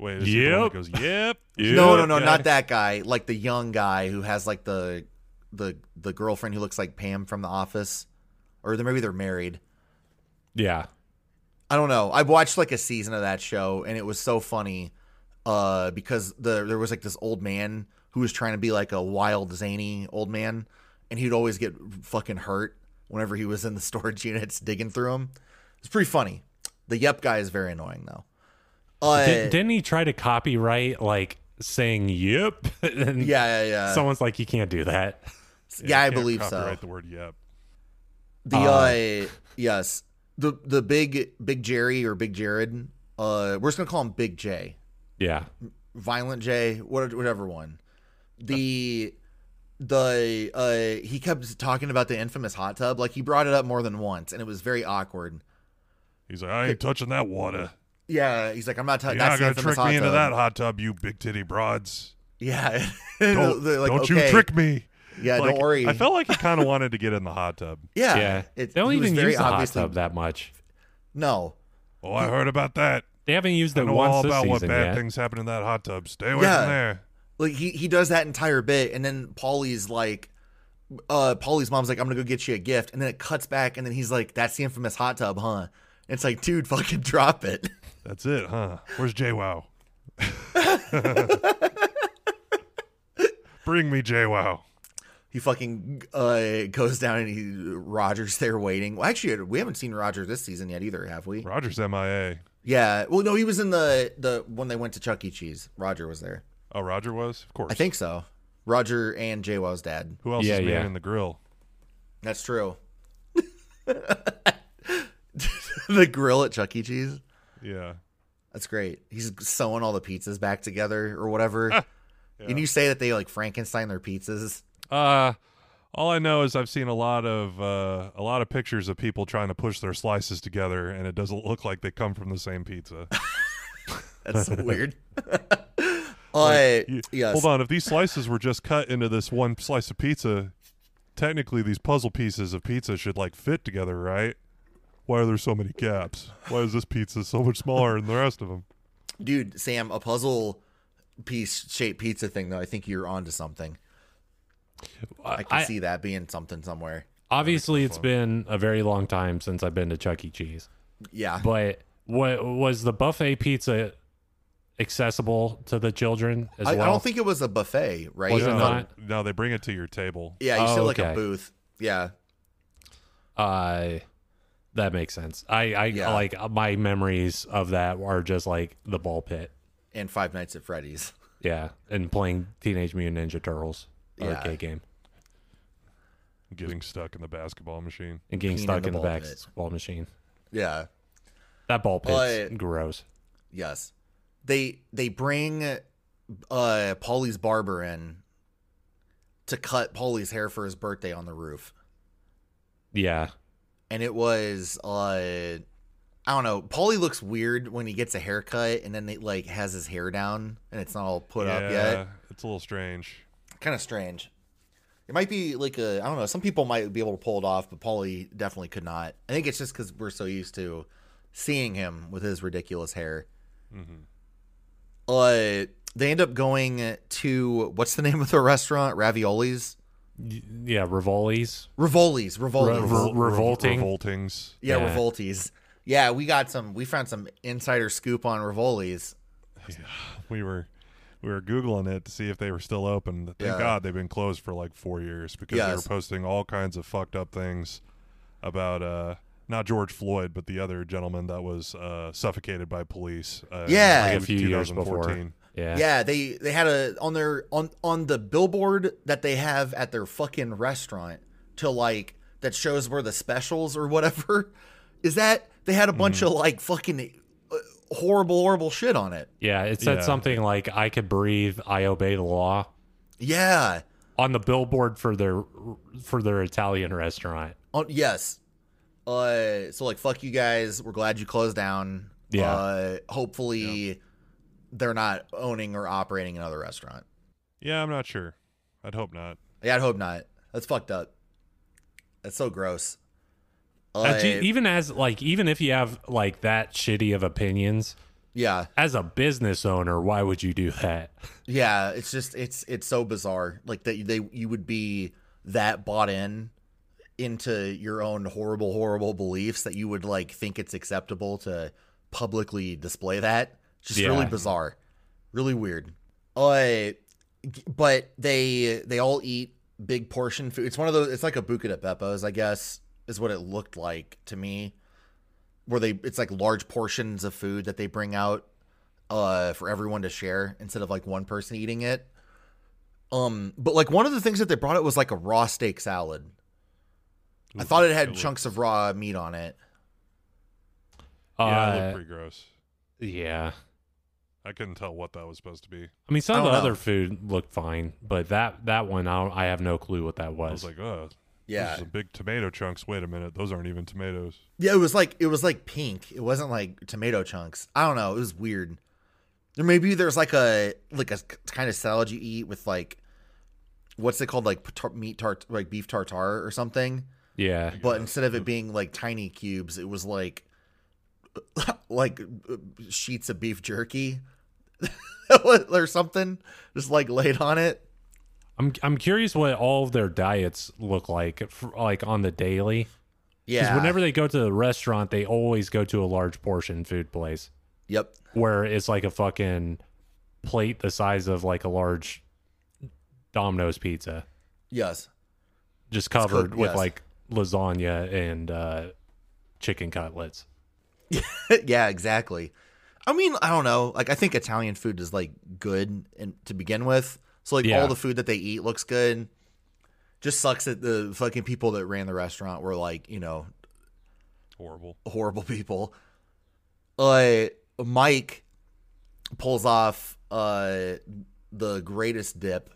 wait, is it the one that Yep. goes, yep. no, yep, no, no, yeah." not that guy. Like the young guy who has like the the the girlfriend who looks like Pam from The Office, or they maybe they're married. Yeah. I don't know. I watched like a season of that show and it was so funny uh because the there was like this old man who was trying to be like a wild zany old man and he'd always get fucking hurt whenever he was in the storage units digging through them. It's pretty funny. The yep guy is very annoying though. Uh, Did, didn't he try to copyright like saying "Yep"? and yeah, yeah, yeah. Someone's like, "You can't do that." Yeah, yeah, you I can't believe so. copyright the word yep. The uh, Uh, yes, the the big big Jerry or big Jared. Uh, we're just gonna call him Big J. Yeah. Violent J, what- whatever one. The the uh he kept talking about the infamous hot tub. Like he brought it up more than once, and it was very awkward. He's like, I ain't touching that water. Yeah, he's like, I'm not You're touching. not That's the gonna infamous trick hot me into tub. that hot tub, you big titty broads. Yeah, Don't, They're like, don't "Okay." you trick me. Yeah, Like, don't worry. I felt like he kind of wanted to get in the hot tub. yeah, yeah. it- they don't he was even very use the hot obviously- tub that much. No, Oh, I heard about that. They haven't used I it know once all this about what season bad yet. things happen in that hot tub. Stay away Yeah. from there. like he he does that entire bit, and then Paulie's like. Uh, Paulie's mom's like, I'm gonna go get you a gift, and then it cuts back, and then he's like, "That's the infamous hot tub, huh?" And it's like, dude, fucking drop it. That's it, huh? Where's JWoww? Bring me JWoww. he fucking uh, goes down and he Rogers there waiting. Well, actually, we haven't seen Roger this season yet either, have we? Roger's MIA. Yeah. Well, no, he was in the the when they went to Chuck E. Cheese. Roger was there. Oh, Roger was? Of course. I think so. Roger and Jay Wow's dad. Who else Yeah, is yeah. manning the grill? That's true. the grill at Chuck E. Cheese. Yeah. That's great. He's sewing all the pizzas back together or whatever. And you say that they like Frankenstein their pizzas. Uh all I know is I've seen a lot of uh, a lot of pictures of people trying to push their slices together, and it doesn't look like they come from the same pizza. That's so weird. Like, I you- yes. Hold on, if these slices were just cut into this one slice of pizza, technically these puzzle pieces of pizza should like fit together, right? Why are there so many gaps? Why is this pizza so much smaller than the rest of them? Dude, Sam, a puzzle piece shaped pizza thing though. I think you're onto something. I can Uh, I- see that being something somewhere. Obviously, it's been a very long time since I've been to Chuck E. Cheese. Yeah. But what was the buffet pizza accessible to the children as I, well? I don't think it was a buffet, right? Was it no, not? no, they bring it to your table. Yeah, you Oh, still like a okay. booth. Yeah. Uh, that makes sense. I, I Yeah. like my memories of that are just like the ball pit. And Five Nights at Freddy's. Yeah, and playing Teenage Mutant Ninja Turtles Yeah. arcade game Getting stuck in the basketball machine. and getting Peeing in stuck the in the, ball back pit. ball machine. Yeah. That ball pit's But- gross. Yes. They they bring uh Paulie's barber in to cut Paulie's hair for his birthday on the roof. Yeah, And it was uh I don't know. Paulie looks weird when he gets a haircut and then they like has his hair down and it's not all put up yeah, yet. it's a little strange. Kind of strange. It might be like a I don't know, some people might be able to pull it off, but Paulie definitely could not. I think it's just cuz we're so used to seeing him with his ridiculous hair. Mhm. uh they end up going to what's the name of the restaurant raviolis Y- yeah, Rivoli's. rivoli's rivoli's Revol- revolting. Revoltings. yeah, yeah. Rivolti's. yeah we got some we found some insider scoop on rivoli's we were we were googling it to see if they were still open. Thank Yeah. God they've been closed for like four years because they Yes. were posting all kinds of fucked up things about uh not George Floyd but the other gentleman that was uh suffocated by police. Uh, in, Yeah. like, Like a few years before. 2014. Yeah, yeah. they they had a on their on on the billboard that they have at their fucking restaurant to like that shows where the specials or whatever is that they had a bunch Mm. of like fucking uh, horrible horrible shit on it yeah. It said Yeah. something like, "I could breathe. I obey the law." yeah On the billboard for their for their Italian restaurant. Oh yes. Uh, so like, fuck you guys. We're glad you closed down. Yeah. Uh, hopefully, they're not owning or operating another restaurant. Yeah, I'm not sure. I'd hope not. Yeah, I'd hope not. That's fucked up. That's so gross. Uh, gee, Uh, even as like even if you have like that shitty of opinions yeah, as a business owner why would you do that yeah. It's just it's it's so bizarre. Like that they you would be that bought in into your own horrible horrible beliefs that you would like think it's acceptable to publicly display that. It's just really Yeah. bizarre. really weird. Uh, g- but they they all eat big portion food. It's one of those. It's like a buca de Beppo's, I guess, is what it looked like to me. Where they, it's like large portions of food that they bring out, uh, for everyone to share instead of like one person eating it. Um, but like one of the things that they brought out was like a raw steak salad. I Ooh, thought it had looked- chunks of raw meat on it. Yeah, it Uh, looked pretty gross. yeah I couldn't tell what that was supposed to be. i mean some I of the don't know. other food looked fine but that that one i, don't- I have no clue what that was, I was like, oh, Yeah, those are big tomato chunks. Wait a minute, those aren't even tomatoes. Yeah, it was like it was like pink. It wasn't like tomato chunks. I don't know. It was weird. Or maybe there's like a like a kind of salad you eat with like what's it called like tar- meat tart like beef tartare or something. yeah But instead of it being like tiny cubes, it was like like uh, sheets of beef jerky or something just like laid on it. i'm i'm curious what all of their diets look like for, like on the daily because Yeah. whenever they go to the restaurant they always go to a large portion food place Yep. where it's like a fucking plate the size of like a large domino's pizza Yes. just covered cooked, with yes. like lasagna and uh, chicken cutlets. yeah, exactly. I mean, I don't know. Like, I think Italian food is like good and to begin with. So like Yeah. all the food that they eat looks good. Just sucks that the fucking people that ran the restaurant were like, you know, Horrible. horrible people. Uh, Mike pulls off uh, the greatest dip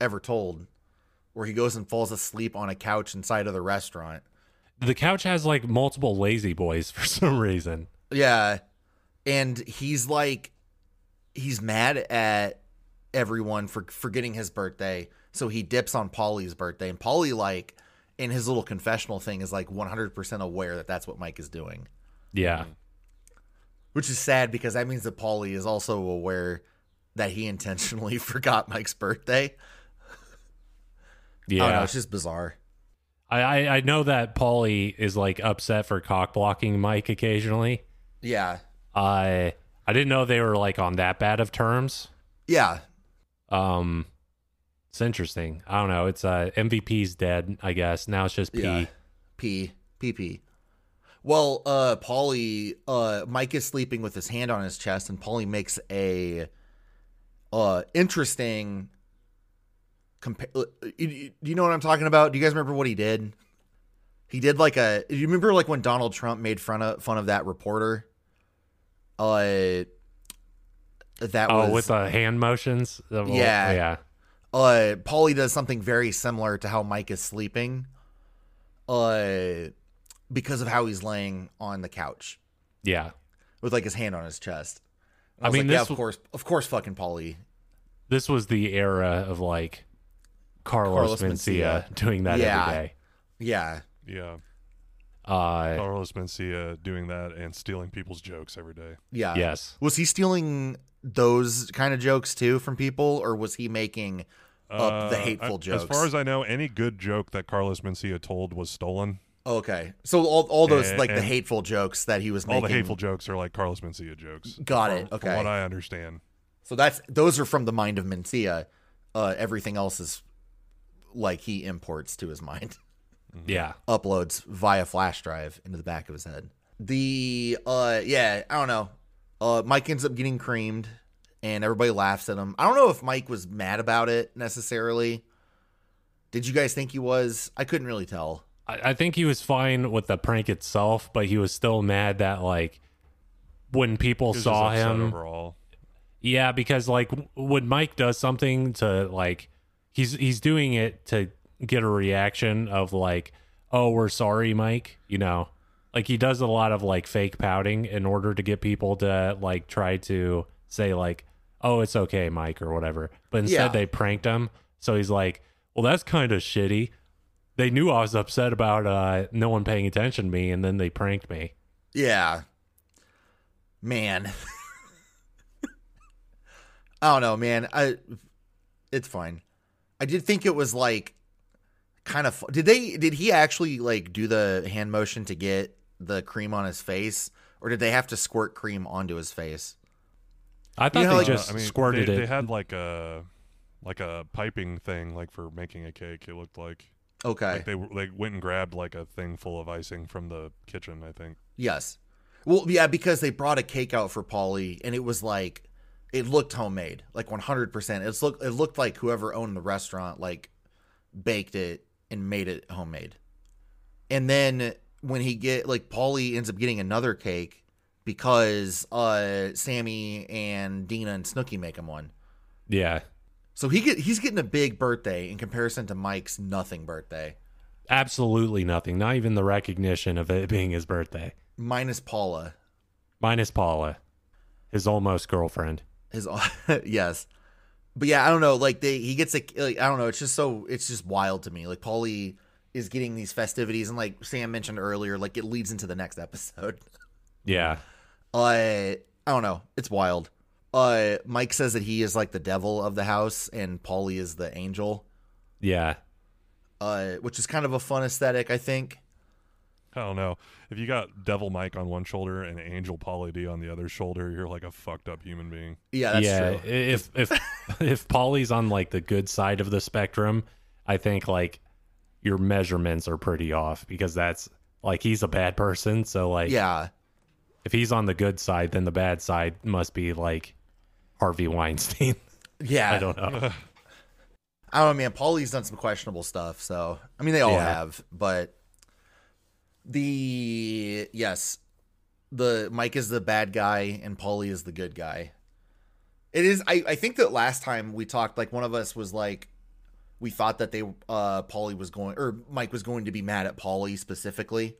ever told, where he goes and falls asleep on a couch inside of the restaurant. The couch has like multiple lazy boys for some reason. Yeah. And he's like he's mad at everyone for forgetting his birthday. So he dips on Polly's birthday and Polly like in his little confessional thing is like 100% aware that that's what Mike is doing, Mm. Yeah. which is sad because that means that Polly is also aware that he intentionally forgot Mike's birthday. I don't know, Yeah. it's just bizarre. I, I, I know that Paulie is like upset for cock blocking Mike occasionally. Yeah. I I didn't know they were like on that bad of terms. Yeah. Um it's interesting. I don't know. It's uh MVP's dead, I guess. Now it's just P. Yeah. P P P. Well, uh Polly uh Mike is sleeping with his hand on his chest and Polly makes a uh interesting compa- uh, you- you- Do you know what I'm talking about? Do you guys remember what he did? He did like a you remember like when Donald Trump made fun of fun of that reporter? Uh that Oh, was with the hand motions. The- Yeah. Yeah. uh Polly does something very similar to how Mike is sleeping uh because of how he's laying on the couch Yeah. with like his hand on his chest. And I was mean, like, yeah, this of w- course, of course, fucking Polly. This was the era of like Carlos, Carlos Mencia, Mencia. doing that Yeah. every day. Yeah, Yeah. Uh Carlos Mencia doing that and stealing people's jokes every day. yeah, yes. Was he stealing those kind of jokes too from people, or was he making? Up the hateful Uh, I- As jokes. far as I know, any good joke that Carlos Mencia told was stolen. oh, Okay, so all all those Eh, like eh. the hateful jokes that he was All making. the hateful jokes are like Carlos Mencia jokes. Got it. From- Okay, From what I understand. so that's those are from the mind of Mencia. Uh, everything else is like he imports to his mind. Mm-hmm. Yeah. uploads via flash drive into the back of his head. The uh yeah, I don't know. Uh Mike ends up getting creamed and everybody laughs at him. I don't know if Mike was mad about it necessarily. Did you guys think he was? I couldn't really tell. I, I think he was fine with the prank itself, but he was still mad that like when people He was just saw upset him, overall. yeah, because like w- when Mike does something to like he's he's doing it to get a reaction of like, oh, we're sorry, Mike. You know, like he does a lot of like fake pouting in order to get people to like try to say like, oh, it's okay, Mike, or whatever. But instead, Yeah. they pranked him, so he's like, well, that's kind of shitty. They knew I was upset about uh, no one paying attention to me, and then they pranked me. Yeah. Man. I don't know, man. I it's fine. I did think it was like kind of did they did he actually like do the hand motion to get the cream on his face or did they have to squirt cream onto his face? I thought know, they like- just I mean, squirted they, it. They had like a like a piping thing, like for making a cake. It looked like Okay. like they were- they went and grabbed like a thing full of icing from the kitchen. I think. Yes. Well, yeah, because they brought a cake out for Polly, and it was like it looked homemade, like one hundred percent. It's look it looked like whoever owned the restaurant like baked it and made it homemade. And then when he get like Polly ends up getting another cake because uh Sammy and Dina and Snooky make him one. yeah. So he get he's getting a big birthday in comparison to Mike's nothing birthday. absolutely nothing not even the recognition of it being his birthday Minus Paula. minus paula his almost girlfriend his yes but yeah i don't know like they he gets a like, i don't know it's just so it's just wild to me like paulie is getting these festivities and like sam mentioned earlier like it leads into the next episode yeah uh i don't know it's wild uh mike says that he is like the devil of the house and paulie is the angel yeah uh which is kind of a fun aesthetic i think I don't know. If you got Devil Mike on one shoulder and Angel Polly D on the other shoulder, you're like a fucked up human being. yeah that's yeah true i- if if if paulie's on like the good side of the spectrum i think like your measurements are pretty off because that's like he's a bad person so like yeah if he's on the good side then the bad side must be like harvey weinstein yeah i don't know I don't know, man. Paulie's done some questionable stuff, so I mean they all Yeah. have, but The yes, the Mike is the bad guy and Polly is the good guy. It is. I I think that last time we talked, like one of us was like, we thought that they uh Polly was going or Mike was going to be mad at Polly specifically,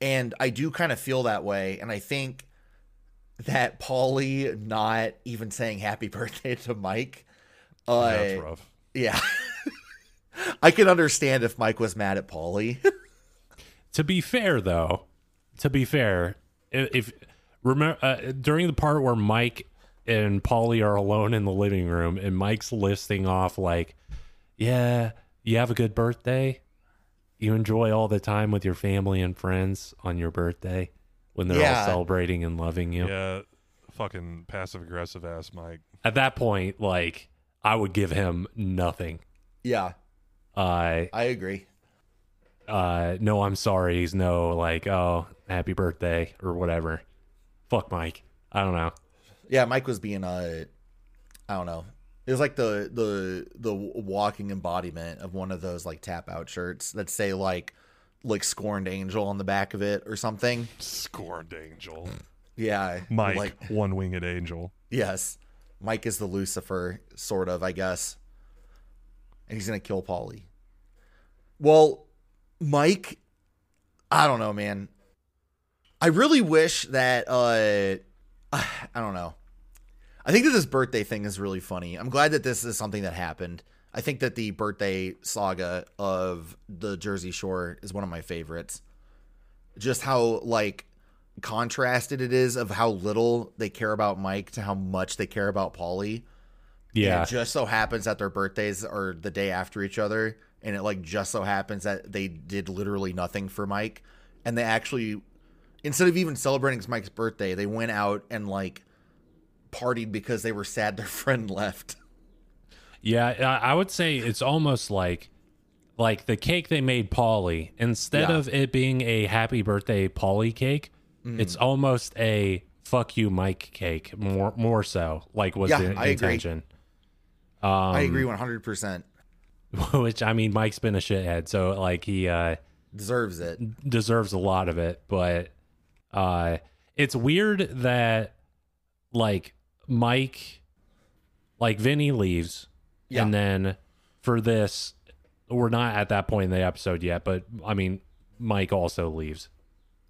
and I do kind of feel that way, and I think that Polly not even saying happy birthday to Mike, uh, That's rough. yeah. I can understand if Mike was mad at Paulie. To be fair, though, to be fair, i- if remember uh, during the part where Mike and Polly are alone in the living room, and Mike's listing off like, "Yeah, you have a good birthday. You enjoy all the time with your family and friends on your birthday when they're Yeah. all celebrating and loving you." Yeah, fucking passive aggressive ass Mike. At that point, like, I would give him nothing. yeah, Uh, I agree. uh no i'm sorry's no like oh happy birthday or whatever fuck mike i don't know Yeah, Mike was being uh I don't know. It was like the the the walking embodiment of one of those like tap out shirts that say like like scorned angel on the back of it or something. Scorned angel. Yeah. Mike, Like one winged angel. yes. Mike is the Lucifer sort of, I guess. And he's going to kill Polly. Well, Mike, I don't know, man. I really wish that uh I don't know. I think that this birthday thing is really funny. I'm glad that this is something that happened. I think that the birthday saga of the Jersey Shore is one of my favorites. Just how like contrasted it is of how little they care about Mike to how much they care about Polly. And yeah it just so happens that their birthdays are the day after each other. And it like just so happens that they did literally nothing for Mike. And they actually, instead of even celebrating Mike's birthday, they went out and like partied because they were sad their friend left. yeah I, I would say it's almost like like the cake they made polly instead Yeah. of it being a happy birthday polly cake Mm-hmm. it's almost a fuck you mike cake more more so like was Yeah, the I agree. intention I Um, agree 100%. which i mean mike's been a shithead so like he uh Deserves it. deserves a lot of it, but uh it's weird that like Mike like Vinny leaves Yeah. and then for this we're not at that point in the episode yet, but I mean Mike also leaves.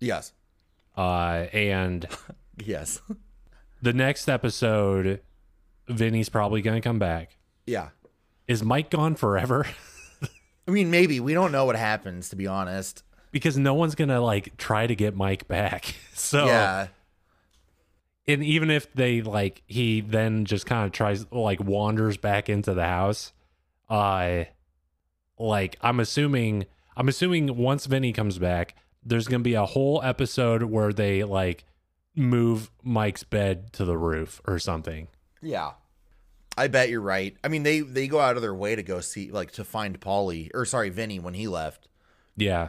Yes. Uh and Yes. the next episode Vinny's probably going to come back. yeah. Is Mike gone forever? I mean, maybe. We don't know what happens, to be honest. because no one's going to like try to get Mike back. So Yeah. and even if they like he then just kind of tries like wanders back into the house uh like i'm assuming i'm assuming once vinny comes back there's gonna be a whole episode where they like move mike's bed to the roof or something Yeah. I bet you're right. I mean, they they go out of their way to go see like to find Polly or sorry, Vinny when he left. yeah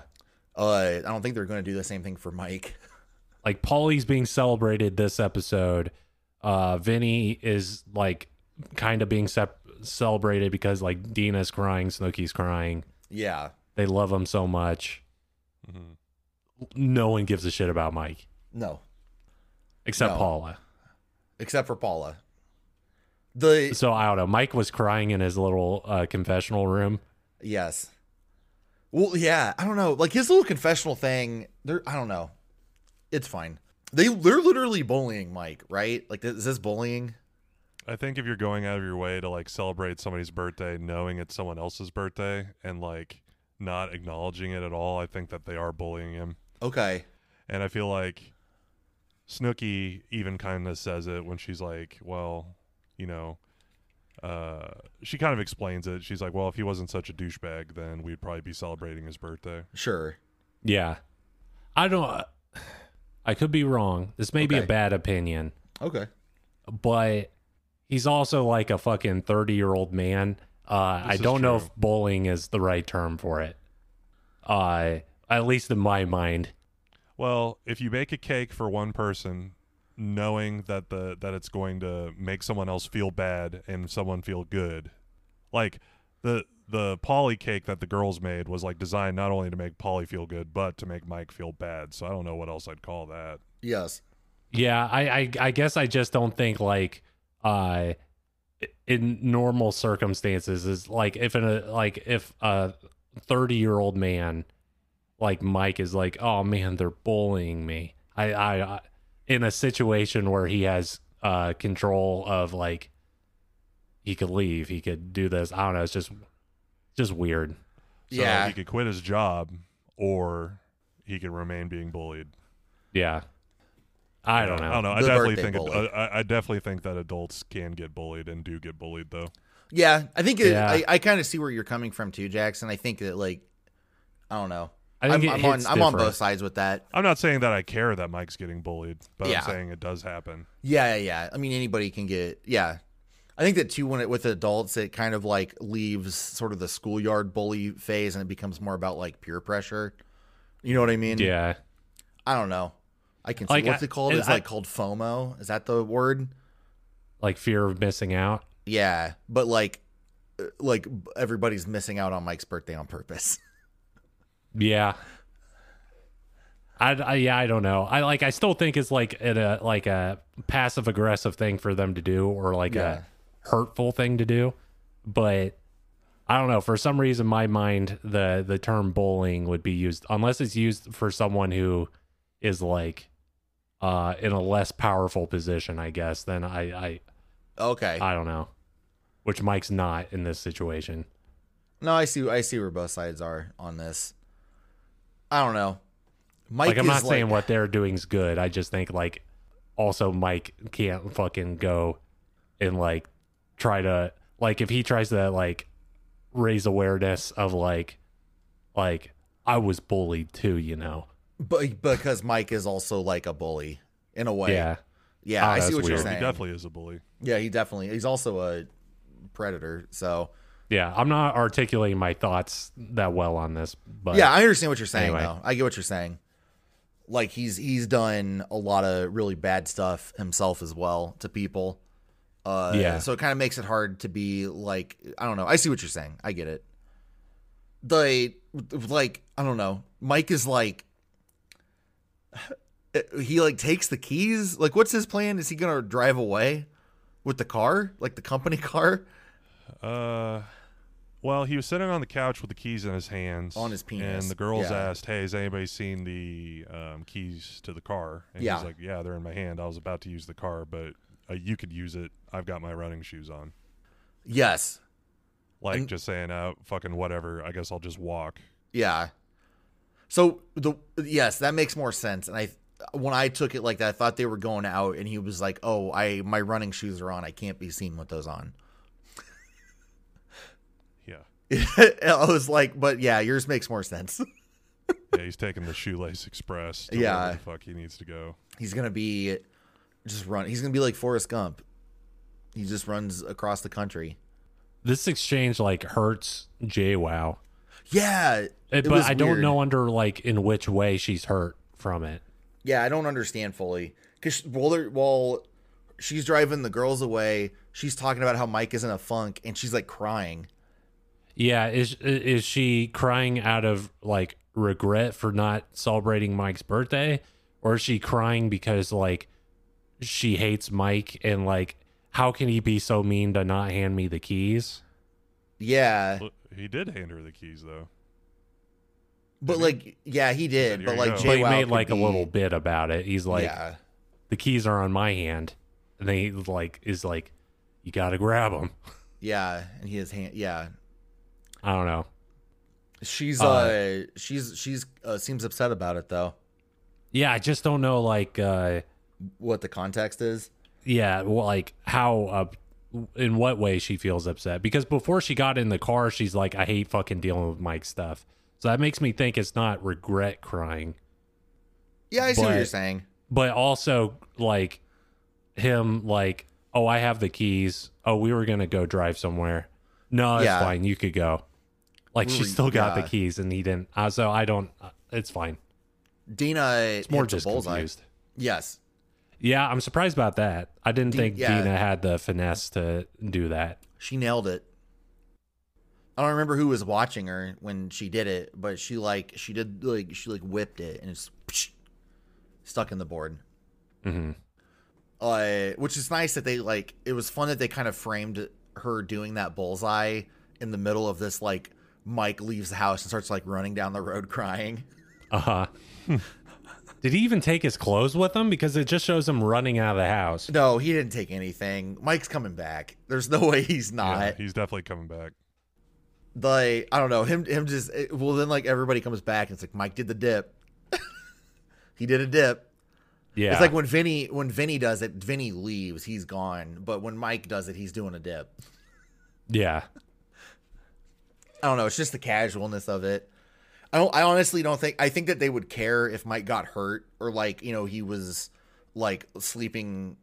Uh, I don't think they're going to do the same thing for Mike. like Polly's being celebrated this episode. Uh Vinny is like kind of being sep- celebrated because like Dina's crying, Snooki's crying. Yeah. They love him so much. No one gives a shit about Mike No. except No. Paula. Except for Paula. The So I don't know. Mike was crying in his little uh, confessional room. yes. Well, yeah, I don't know. Like his little confessional thing, they're I don't know. It's fine. They they're literally bullying Mike, right? Like is this bullying? I think if you're going out of your way to like celebrate somebody's birthday knowing it's someone else's birthday and like not acknowledging it at all, I think that they are bullying him. Okay. And I feel like Snooky even kind of says it when she's like, well, you know, uh, she kind of explains it. She's like, well, if he wasn't such a douchebag, then we'd probably be celebrating his birthday. Sure. Yeah. I don't I could be wrong. This may be a Okay. bad opinion. Okay. but he's also like a fucking 30 year old man. Uh, I is don't know true. if bullying is the right term for it. Uh, at least in my mind. Well, if you bake a cake for one person, knowing that the that it's going to make someone else feel bad and someone feel good, like the the Polly cake that the girls made was like designed not only to make Polly feel good, but to make Mike feel bad. So I don't know what else I'd call that. Yes. Yeah, I, I I guess I just don't think like uh in normal circumstances is like if in a like if a 30 year old man like Mike is like, "Oh man, they're bullying me." I I, I in a situation where he has uh control of like he could leave, he could do this. I don't know, it's just just weird. So yeah. he could quit his job or he could remain being bullied. Yeah. I don't know. I don't know. I The definitely birthday think ad- bully. I, I definitely think that adults can get bullied and do get bullied though. yeah. I think it, Yeah. I, I kind of see where you're coming from too, Jackson. I think that like, I don't know. I think am it I'm hits on. I'm on different. both sides with that. I'm not saying that I care that Mike's getting bullied, but Yeah. I'm saying it does happen. Yeah, yeah, yeah. I mean, anybody can get. Yeah, I think that too. When it with adults, it kind of like leaves sort of the schoolyard bully phase, and it becomes more about like peer pressure. You know what I mean? Yeah. I don't know. I can see Like, what's I- it called? and It's I- like called FOMO. Is that the word? Like fear of missing out. Yeah, but like, uh, like everybody's missing out on Mike's birthday on purpose. Yeah. I, I yeah I don't know I like I still think it's like an, a like a passive aggressive thing for them to do or like a hurtful thing to do, but I don't know for some reason in my mind the the term bullying would be used unless it's used for someone who is like uh in a less powerful position I guess then I okay. I I don't know which Mike's not in this situation no, I see. I see where both sides are on this. I don't know. Mike like I'm is not saying like- what they're doing's good. I just think like also Mike can't fucking go and like try to like if he tries to like raise awareness of like like I was bullied too, you know. but because Mike is also like a bully in a way. Yeah. Yeah, Oh, I see that's what weird. you're He He saying. definitely is a bully. Yeah, he definitely. He's also a predator. So Yeah, I'm not articulating my thoughts that well on this, but yeah, I understand what you're saying Anyway. though. I get what you're saying. Like he's he's done a lot of really bad stuff himself as well to people. Uh, Yeah. So it kind of makes it hard to be like I don't know. I see what you're saying. I get it. The like I don't know. Mike is like eh, he like takes the keys. Like what's his plan? Is he gonna drive away with the car, like the company car? Uh, well, he was sitting on the couch with the keys in his hands, On his penis, and the girls yeah. asked, "Hey, has anybody seen the um, keys to the car?" And Yeah. he's like, "Yeah, they're in my hand. I was about to use the car, but uh, you could use it. I've got my running shoes on." Yes. Like And- just saying, "Uh, fucking whatever. I guess I'll just walk." Yeah. So the yes, that makes more sense. And I when I took it like that, I thought they were going out, and he was like, "Oh, I my running shoes are on. I can't be seen with those on." Yeah, I was like, "But yeah, yours makes more sense." yeah. He's taking the shoelace express. To Yeah. wherever the fuck he needs to go. He's gonna be just run. He's gonna be like Forrest Gump. He just runs across the country. this exchange like hurts JWoww. Yeah, It, it but was I don't weird. know under like in which way she's hurt from it. Yeah, I don't understand fully because while they're while she's driving the girls away, she's talking about how Mike is in a funk, and she's like crying. Yeah, is is she crying out of like regret for not celebrating Mike's birthday or is she crying because like she hates Mike and like how can he be so mean to not hand me the keys? Yeah, Look, He did hand her the keys though. But like, yeah, he did. Yeah, but there like, you go. But Jay he made like a little bit about it. He's like yeah, the keys are on my hand and they like is like you got to grab them. yeah, and he has hand. Yeah, I don't know. she's uh, Uh, she's she's uh, seems upset about it though. Yeah, I just don't know like uh What the context is? yeah well, like how uh, in what way she feels upset because before she got in the car she's like i hate fucking dealing with mike's stuff so that makes me think it's not regret crying Yeah, I see what But- you're saying. but also like him like oh i have the keys oh we were gonna go drive somewhere no it's Yeah. fine you could go like she Ooh, still got yeah. the keys and he didn't uh, so i don't uh, it's fine Dina it's more hit the just bullseye. confused Yes, yeah i'm surprised about that i didn't Di- think yeah. dina had the finesse to do that she nailed it. I don't remember who was watching her when she did it, but she like she did like she like whipped it and it's stuck in the board. hmm Uh, which is nice that they like. It was fun that they kind of framed her doing that bullseye in the middle of this like Mike leaves the house and starts like running down the road crying. Uh huh. Did he even take his clothes with him? Because it just shows him running out of the house. No, he didn't take anything. Mike's coming back. There's no way he's not. Yeah, he's definitely coming back. like I don't know him him just it- well then like everybody comes back and it's like Mike did the dip. he did a dip. Yeah. It's like when Vinny when Vinny does it, Vinny leaves, he's gone. But when Mike does it, he's doing a dip. yeah. I don't know, it's just the casualness of it. I don't I honestly don't think I think that they would care if Mike got hurt or like, you know, he was like sleeping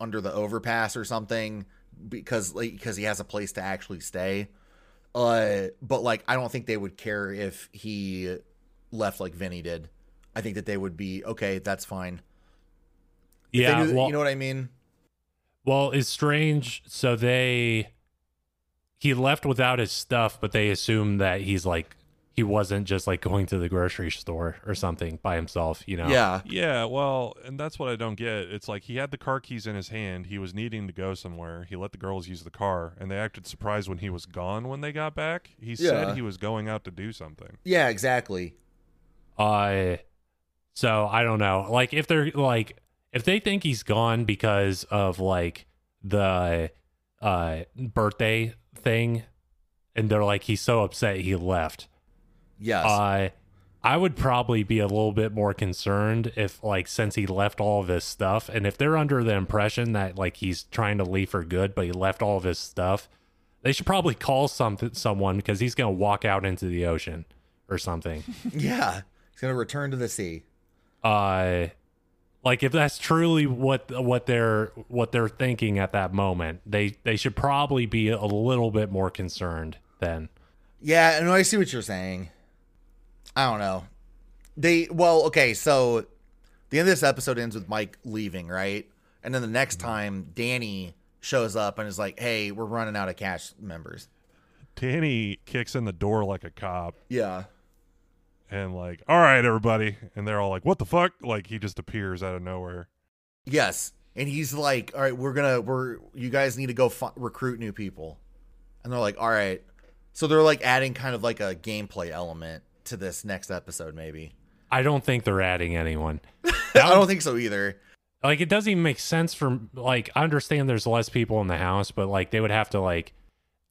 under the overpass or something because like because he has a place to actually stay. Uh but like I don't think they would care if he left like Vinny did. I think that they would be okay, that's fine. If they Yeah. knew- well- you know what I mean? Well, it's strange. So they he left without his stuff, but they assume that he's like he wasn't just like going to the grocery store or something by himself, you know. Yeah. Yeah, well, and that's what I don't get. It's like he had the car keys in his hand. He was needing to go somewhere. He let the girls use the car, and they acted surprised when he was gone when they got back. He Yeah. said he was going out to do something. Yeah, exactly. Uh so I don't know. Like if they're like if they think he's gone because of like the uh birthday thing and they're like he's so upset he left. Yes. I I would probably be a little bit more concerned if like since he left all of his stuff and if they're under the impression that like he's trying to leave for good but he left all of his stuff, they should probably call something someone because he's gonna walk out into the ocean or something. yeah. He's gonna return to the sea. uh like if that's truly what what they're what they're thinking at that moment, they they should probably be a little bit more concerned then. Yeah, no, I see what you're saying. I don't know. They well, okay, so the end of this episode ends with Mike leaving, right? And then the next Mm-hmm. time Danny shows up and is like, "Hey, we're running out of cash members." Danny kicks in the door like a cop Yeah. and like, "All right, everybody." And they're all like, "What the fuck?" Like he just appears out of nowhere. Yes. And he's like, "All right, we're going to we're you guys need to go fi- recruit new people." And they're like, "All right." So they're like adding kind of like a gameplay element to this next episode maybe. I don't think they're adding anyone. I don't think so either. like it doesn't even make sense for like I understand there's less people in the house, but like they would have to like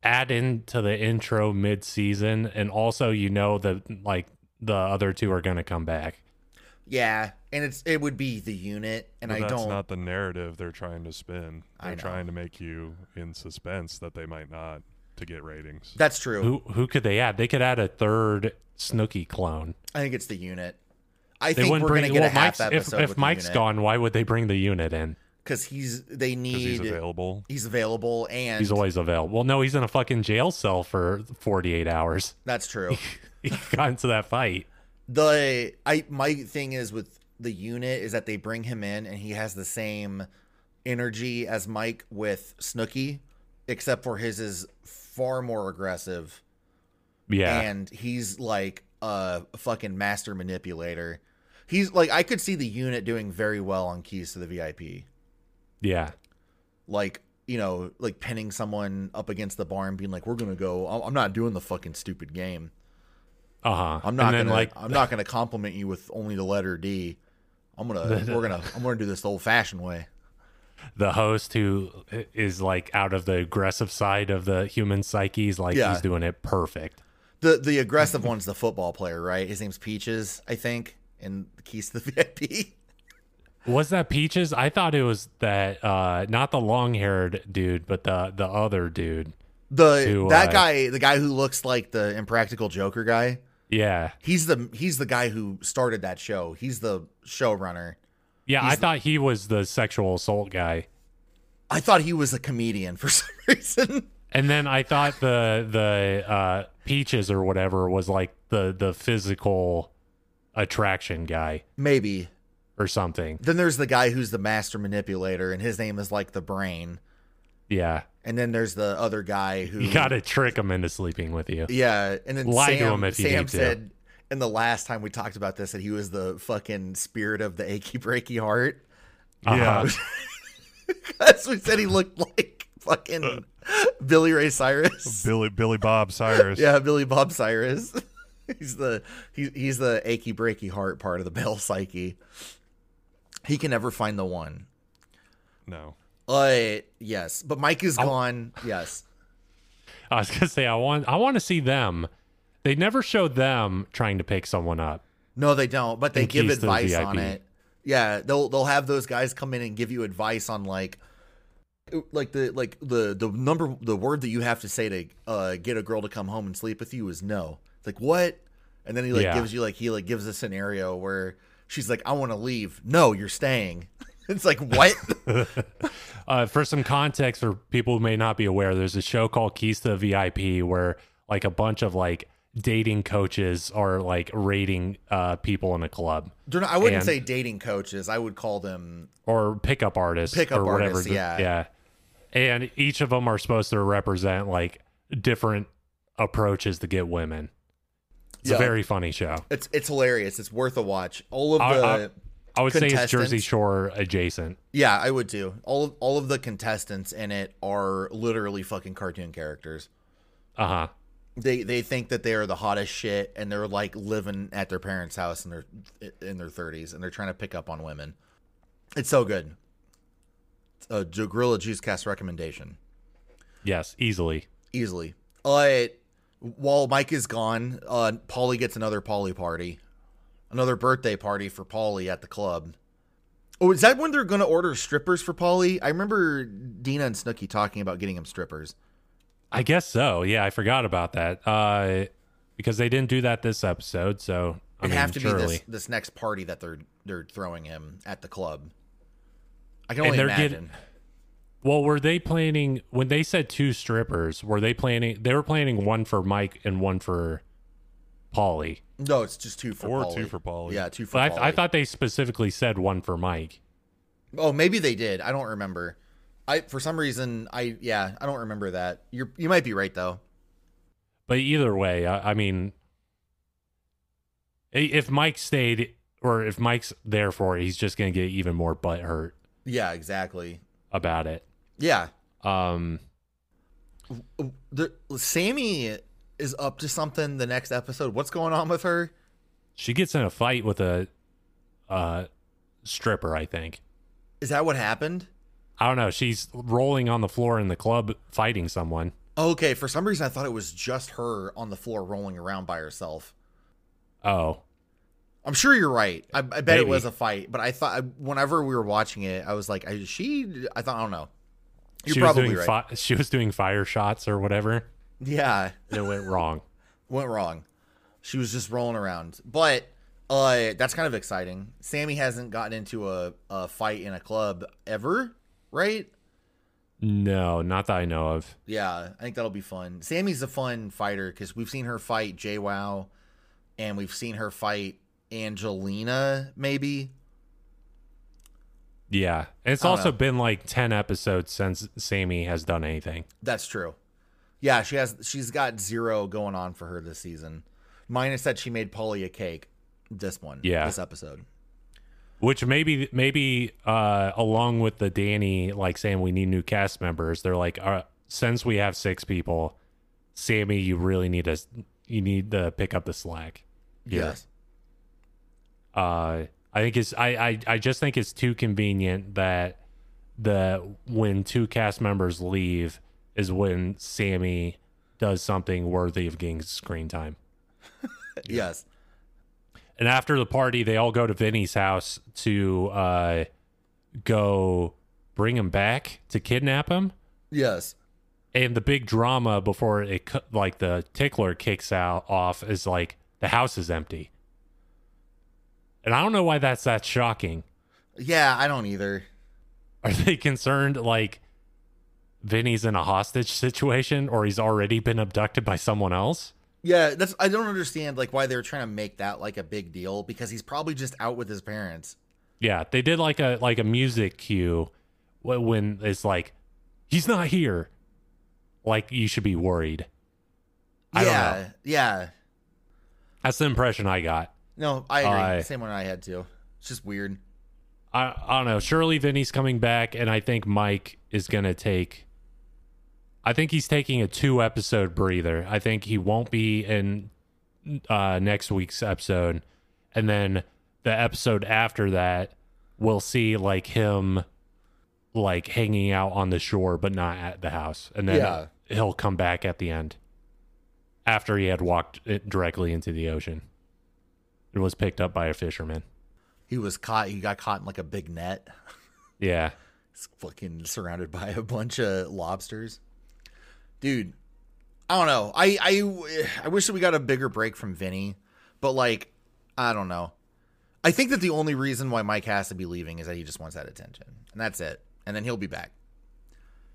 add into the intro mid season and also you know the like the other two are gonna come back. Yeah. And it's it would be the unit and But I that's don't not the narrative they're trying to spin. I They're know. trying to make you in suspense that they might not to get ratings. That's true. Who who could they add? They could add a third Snooky clone. I think it's the unit. I They think we're wouldn't going bring to get well, a half Mike's, if episode if with Mike's the unit gone, why would they bring the unit in? because he's they need Because he's available. he's available and He's always available. Well, no, he's in a fucking jail cell for 48 hours. that's true. He got into that fight. the I my thing is with the unit is that they bring him in and he has the same energy as Mike with Snooky, except for his is far more aggressive Yeah. and he's like a fucking master manipulator. He's like I could see the unit doing very well on keys to the VIP. yeah. like you know like pinning someone up against the bar and being like we're gonna go I- i'm not doing the fucking stupid game Uh-huh. i'm not and then, gonna like i'm not gonna compliment you with only the letter d i'm gonna we're gonna i'm gonna do this the old fashioned way the host who is like out of the aggressive side of the human psyche is like Yeah. he's doing it perfect. the the aggressive one's the football player right his name's peaches i think and the keys to the vip Was that Peaches? I thought it was that uh not the long haired dude, but the the other dude. the Who, that uh, guy the guy who looks like the impractical joker guy Yeah. he's the he's the guy who started that show he's the showrunner Yeah, I thought he was the sexual assault guy. i thought he was a comedian for some reason And then I thought the the uh Peaches or whatever was like the the physical attraction guy maybe or something. Then there's the guy who's the master manipulator, and his name is like the brain. Yeah. And then there's the other guy who You got to trick them into sleeping with you. Yeah, and then Lie to Sam, him if you Sam need to. said, and the last time we talked about this, that he was the fucking spirit of the achy breaky heart. Uh-huh. That's what he said. He looked like fucking Billy Ray Cyrus. Billy Billy Bob Cyrus. Yeah, Billy Bob Cyrus. he's the he, he's the achy breaky heart part of the Bell psyche. He can never find the one. No. Uh, yes, but Mike is gone. Yes, I was gonna say I want I want to see them. They never show them trying to pick someone up. No, they don't. But they And give keys to the advice on VIP. it. Yeah, they'll they'll have those guys come in and give you advice on like, like the like the the number the word that you have to say to uh, get a girl to come home and sleep with you is no. It's like what? And then he like Yeah. gives you like he like gives a scenario where she's like, I want to leave. No, you're staying. It's like what? Uh, for some context for people who may not be aware, there's a show called Keys to the VIP where like a bunch of like dating coaches are like rating uh, people in a club They're not- I wouldn't And- say dating coaches. I would call them or pickup artists, Pickup or whatever. artists, the- yeah. yeah. And each of them are supposed to represent like different approaches to get women. It's Yeah. a very funny show. It's it's hilarious. It's worth a watch. All of I- the. I would say it's Jersey Contestants. Shore adjacent. Yeah, I would too. All of all of the contestants in it are literally fucking cartoon characters. Uh huh. They they think that they are the hottest shit, and they're like living at their parents' house in their in their thirties, and they're trying to pick up on women. It's so good. It's a Ju- Gorilla Juice Cast recommendation Yes, easily. easily. Uh, while Mike is gone, uh, Polly gets another Polly party, another birthday party for Polly at the club. Oh, is that when they're gonna order strippers for Polly? I remember Dina and Snooky talking about getting him strippers. I guess so. Yeah, I forgot about that. Uh, because they didn't do that this episode, so I It'd mean, have to surely. be this this next party that they're they're throwing him at the club. I can And only they're imagine. getting- Well, were they planning when they said two strippers? Were they planning? They were planning one for Mike and one for Polly. No, it's just two for Or Polly. two for Polly. Yeah, two for But Polly. I, I thought they specifically said one for Mike. Oh, maybe they did. I don't remember. I for some reason I yeah I don't remember that. You you might be right though. But either way, I, I mean, i- if Mike stayed or if Mike's there for it, he's just gonna get even more butt hurt Yeah, exactly. about it. Yeah, Um, the Sammy is up to something the next episode. What's going on with her? she gets in a fight with a uh stripper i think Is that what happened? i don't know she's rolling on the floor in the club fighting someone Okay, for some reason I thought it was just her on the floor rolling around by herself. oh I'm sure you're right. I, I bet it Maybe. was a fight, but I thought whenever we were watching it, I was like, I, "She," I thought, I don't know. You're she was probably doing right. fi- she was doing fire shots or whatever yeah, and it went wrong went wrong. She was just rolling around, but uh, that's kind of exciting. Sammy hasn't gotten into a, a fight in a club ever, right? no not that i know of Yeah, I think that'll be fun. Sammy's a fun fighter because we've seen her fight Jay Wow, and we've seen her fight Angelina. Maybe yeah and it's I don't also know. been like 10 episodes since sammy has done anything that's true. Yeah, she has. She's got zero going on for her this season, minus that she made Polly a cake. This one, Yeah. this episode. which maybe maybe uh along with the danny like saying we need new cast members they're like uh, since we have six people sammy you really need us you need to pick up the slack here. Yes. uh i think it's I, I i just think it's too convenient that the when two cast members leave is when sammy does something worthy of getting screen time Yes. and after the party, they all go to Vinny's house to uh, go bring him back to kidnap him. Yes. And the big drama before it, cu- like the tickler kicks out off, is like the house is empty. And I don't know why that's that shocking. Yeah, I don't either. Are they concerned like Vinny's in a hostage situation or he's already been abducted by someone else? Yeah, that's I don't understand like why they were trying to make that like a big deal because he's probably just out with his parents. Yeah, they did like a like a music cue wh- when it's like he's not here. Like you should be worried. I don't yeah, know. yeah. That's the impression I got. No, I agree. I- Same one I had too. It's just weird. I, I don't know. Surely Vinny's coming back, and I think Mike is going to take. I think he's taking a two episode breather. I think he won't be in uh, next week's episode. And then the episode after that, we'll see like him like hanging out on the shore, but not at the house. And then Yeah. he'll come back at the end after he had walked it directly into the ocean. It was picked up by a fisherman. He was caught. He got caught in like a big net. Yeah. He's fucking surrounded by a bunch of lobsters. Dude, I don't know. I I I wish that we got a bigger break from Vinny, but like I don't know. I think that the only reason why Mike has to be leaving is that he just wants that attention, and that's it. And then he'll be back.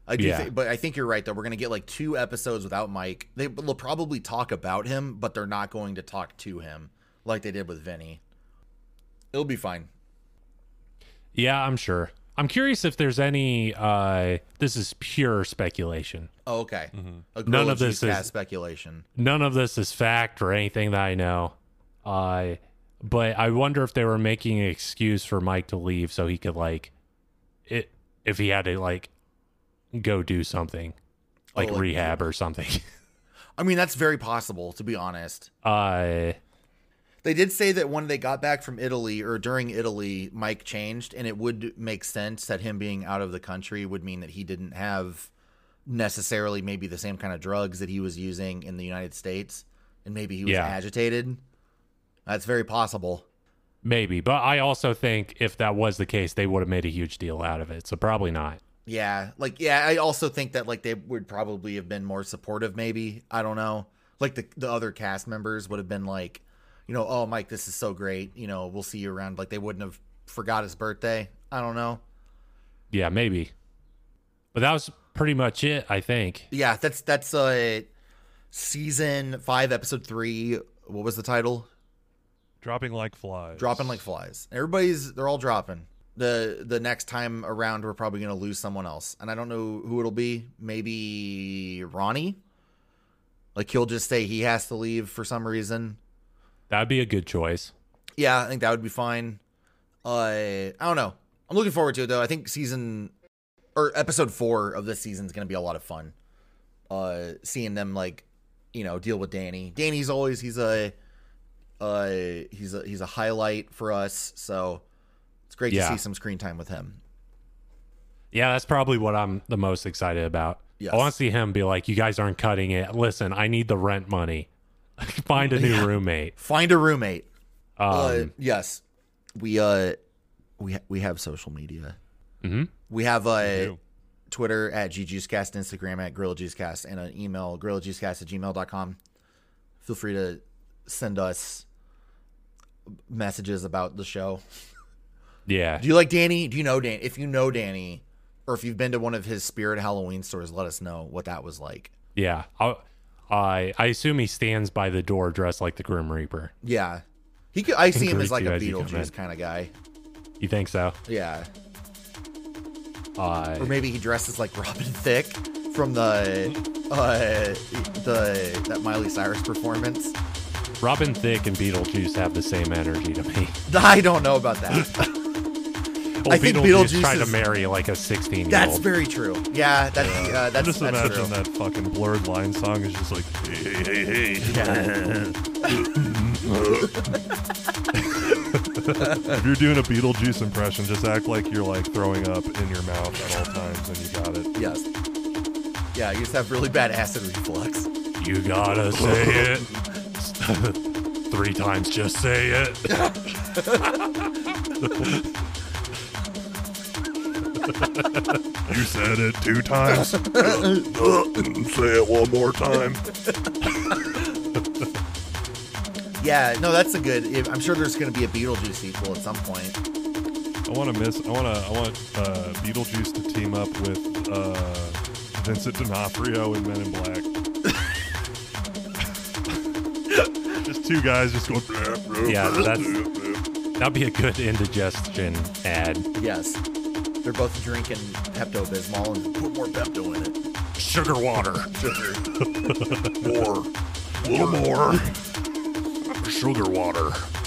I do, Yeah. thi- but I think you're right though. We're gonna get like two episodes without Mike. They, they'll probably talk about him, but they're not going to talk to him like they did with Vinny. It'll be fine. Yeah, I'm sure. I'm curious if there's any. Uh, this is pure speculation. Oh, okay. A Mm-hmm. None Gorilla of this Cheesecast is- speculation. None of this is fact or anything that I know. Uh, but I wonder if they were making an excuse for Mike to leave so he could like, it if he had to like, go do something, like Oh, like- rehab or something. I mean, that's very possible, to be honest. Uh, They did say that when they got back from Italy or during Italy, Mike changed, and it would make sense that him being out of the country would mean that he didn't have necessarily maybe the same kind of drugs that he was using in the United States, and maybe he was Yeah. agitated. That's very possible. maybe. But I also think if that was the case, they would have made a huge deal out of it. So probably not. Yeah, like yeah, I also think that like they would probably have been more supportive. Maybe I don't know. Like the the other cast members would have been like, you know, oh Mike, this is so great. You know, we'll see you around. Like they wouldn't have forgot his birthday. I don't know. Yeah, maybe. But that was pretty much it. I think. Yeah, that's that's uh season five, episode three. What was the title? Dropping like flies. Dropping like flies. Everybody's they're all dropping. The the next time around we're probably gonna lose someone else. And I don't know who it'll be. Maybe Ronnie. Like he'll just say he has to leave for some reason. That'd be a good choice. Yeah, I think that would be fine. Uh, I don't know. I'm looking forward to it though. I think season or episode four of this season is going to be a lot of fun. Uh, seeing them like, you know, deal with Danny. Danny's always he's a, uh, he's a he's a highlight for us. So it's great Yeah. to see some screen time with him. Yeah, that's probably what I'm the most excited about. Yes. I want to see him be like, "You guys aren't cutting it. Listen, I need the rent money. Find a new roommate." Find a roommate. Um, uh, yes, we uh, we ha- we have social media. Mhm. We have uh, do. Twitter at GG'scast, Instagram at GorillaJuiceCast, and an email, GorillaJuiceCast at gmail.com. Feel free to send us messages about the show. yeah, Do you like Danny? Do you know Danny? If you know Danny, or if you've been to one of his Spirit Halloween stores, let us know what that was like. yeah. I, I I assume he stands by the door dressed like the Grim Reaper. Yeah. He could, I see him Greet as like you a as you come Beetlejuice in. kind of guy. You think so? Yeah. Uh, Or maybe he dresses like Robin Thicke from the uh the that Miley Cyrus performance. Robin Thicke and Beetlejuice have the same energy to me. I don't know about that. Well, think Beetlejuice tried is- to marry like a 16 year That's old. very true. Yeah, that's uh, I that's, just that's imagine true. that fucking blurred line song is just like, hey, hey, hey, hey. if you're doing a Beetlejuice impression, just act like you're like throwing up in your mouth at all times, and you got it. Yes. Yeah, you just have really bad acid reflux. You gotta say it three times. Just say it. You said it two times. Say it one more time. Yeah, no, that's a good. if- I'm sure there's going to be a Beetlejuice sequel at some point. I want to miss. I want to. I want uh, Beetlejuice to team up with uh, Vincent D'Onofrio in Men in Black. just two guys just going. Yeah, that's- That'd be a good indigestion ad. Yes. They're both drinking Pepto Bismol and put more Pepto in it. Sugar water. More. More. Sugar water.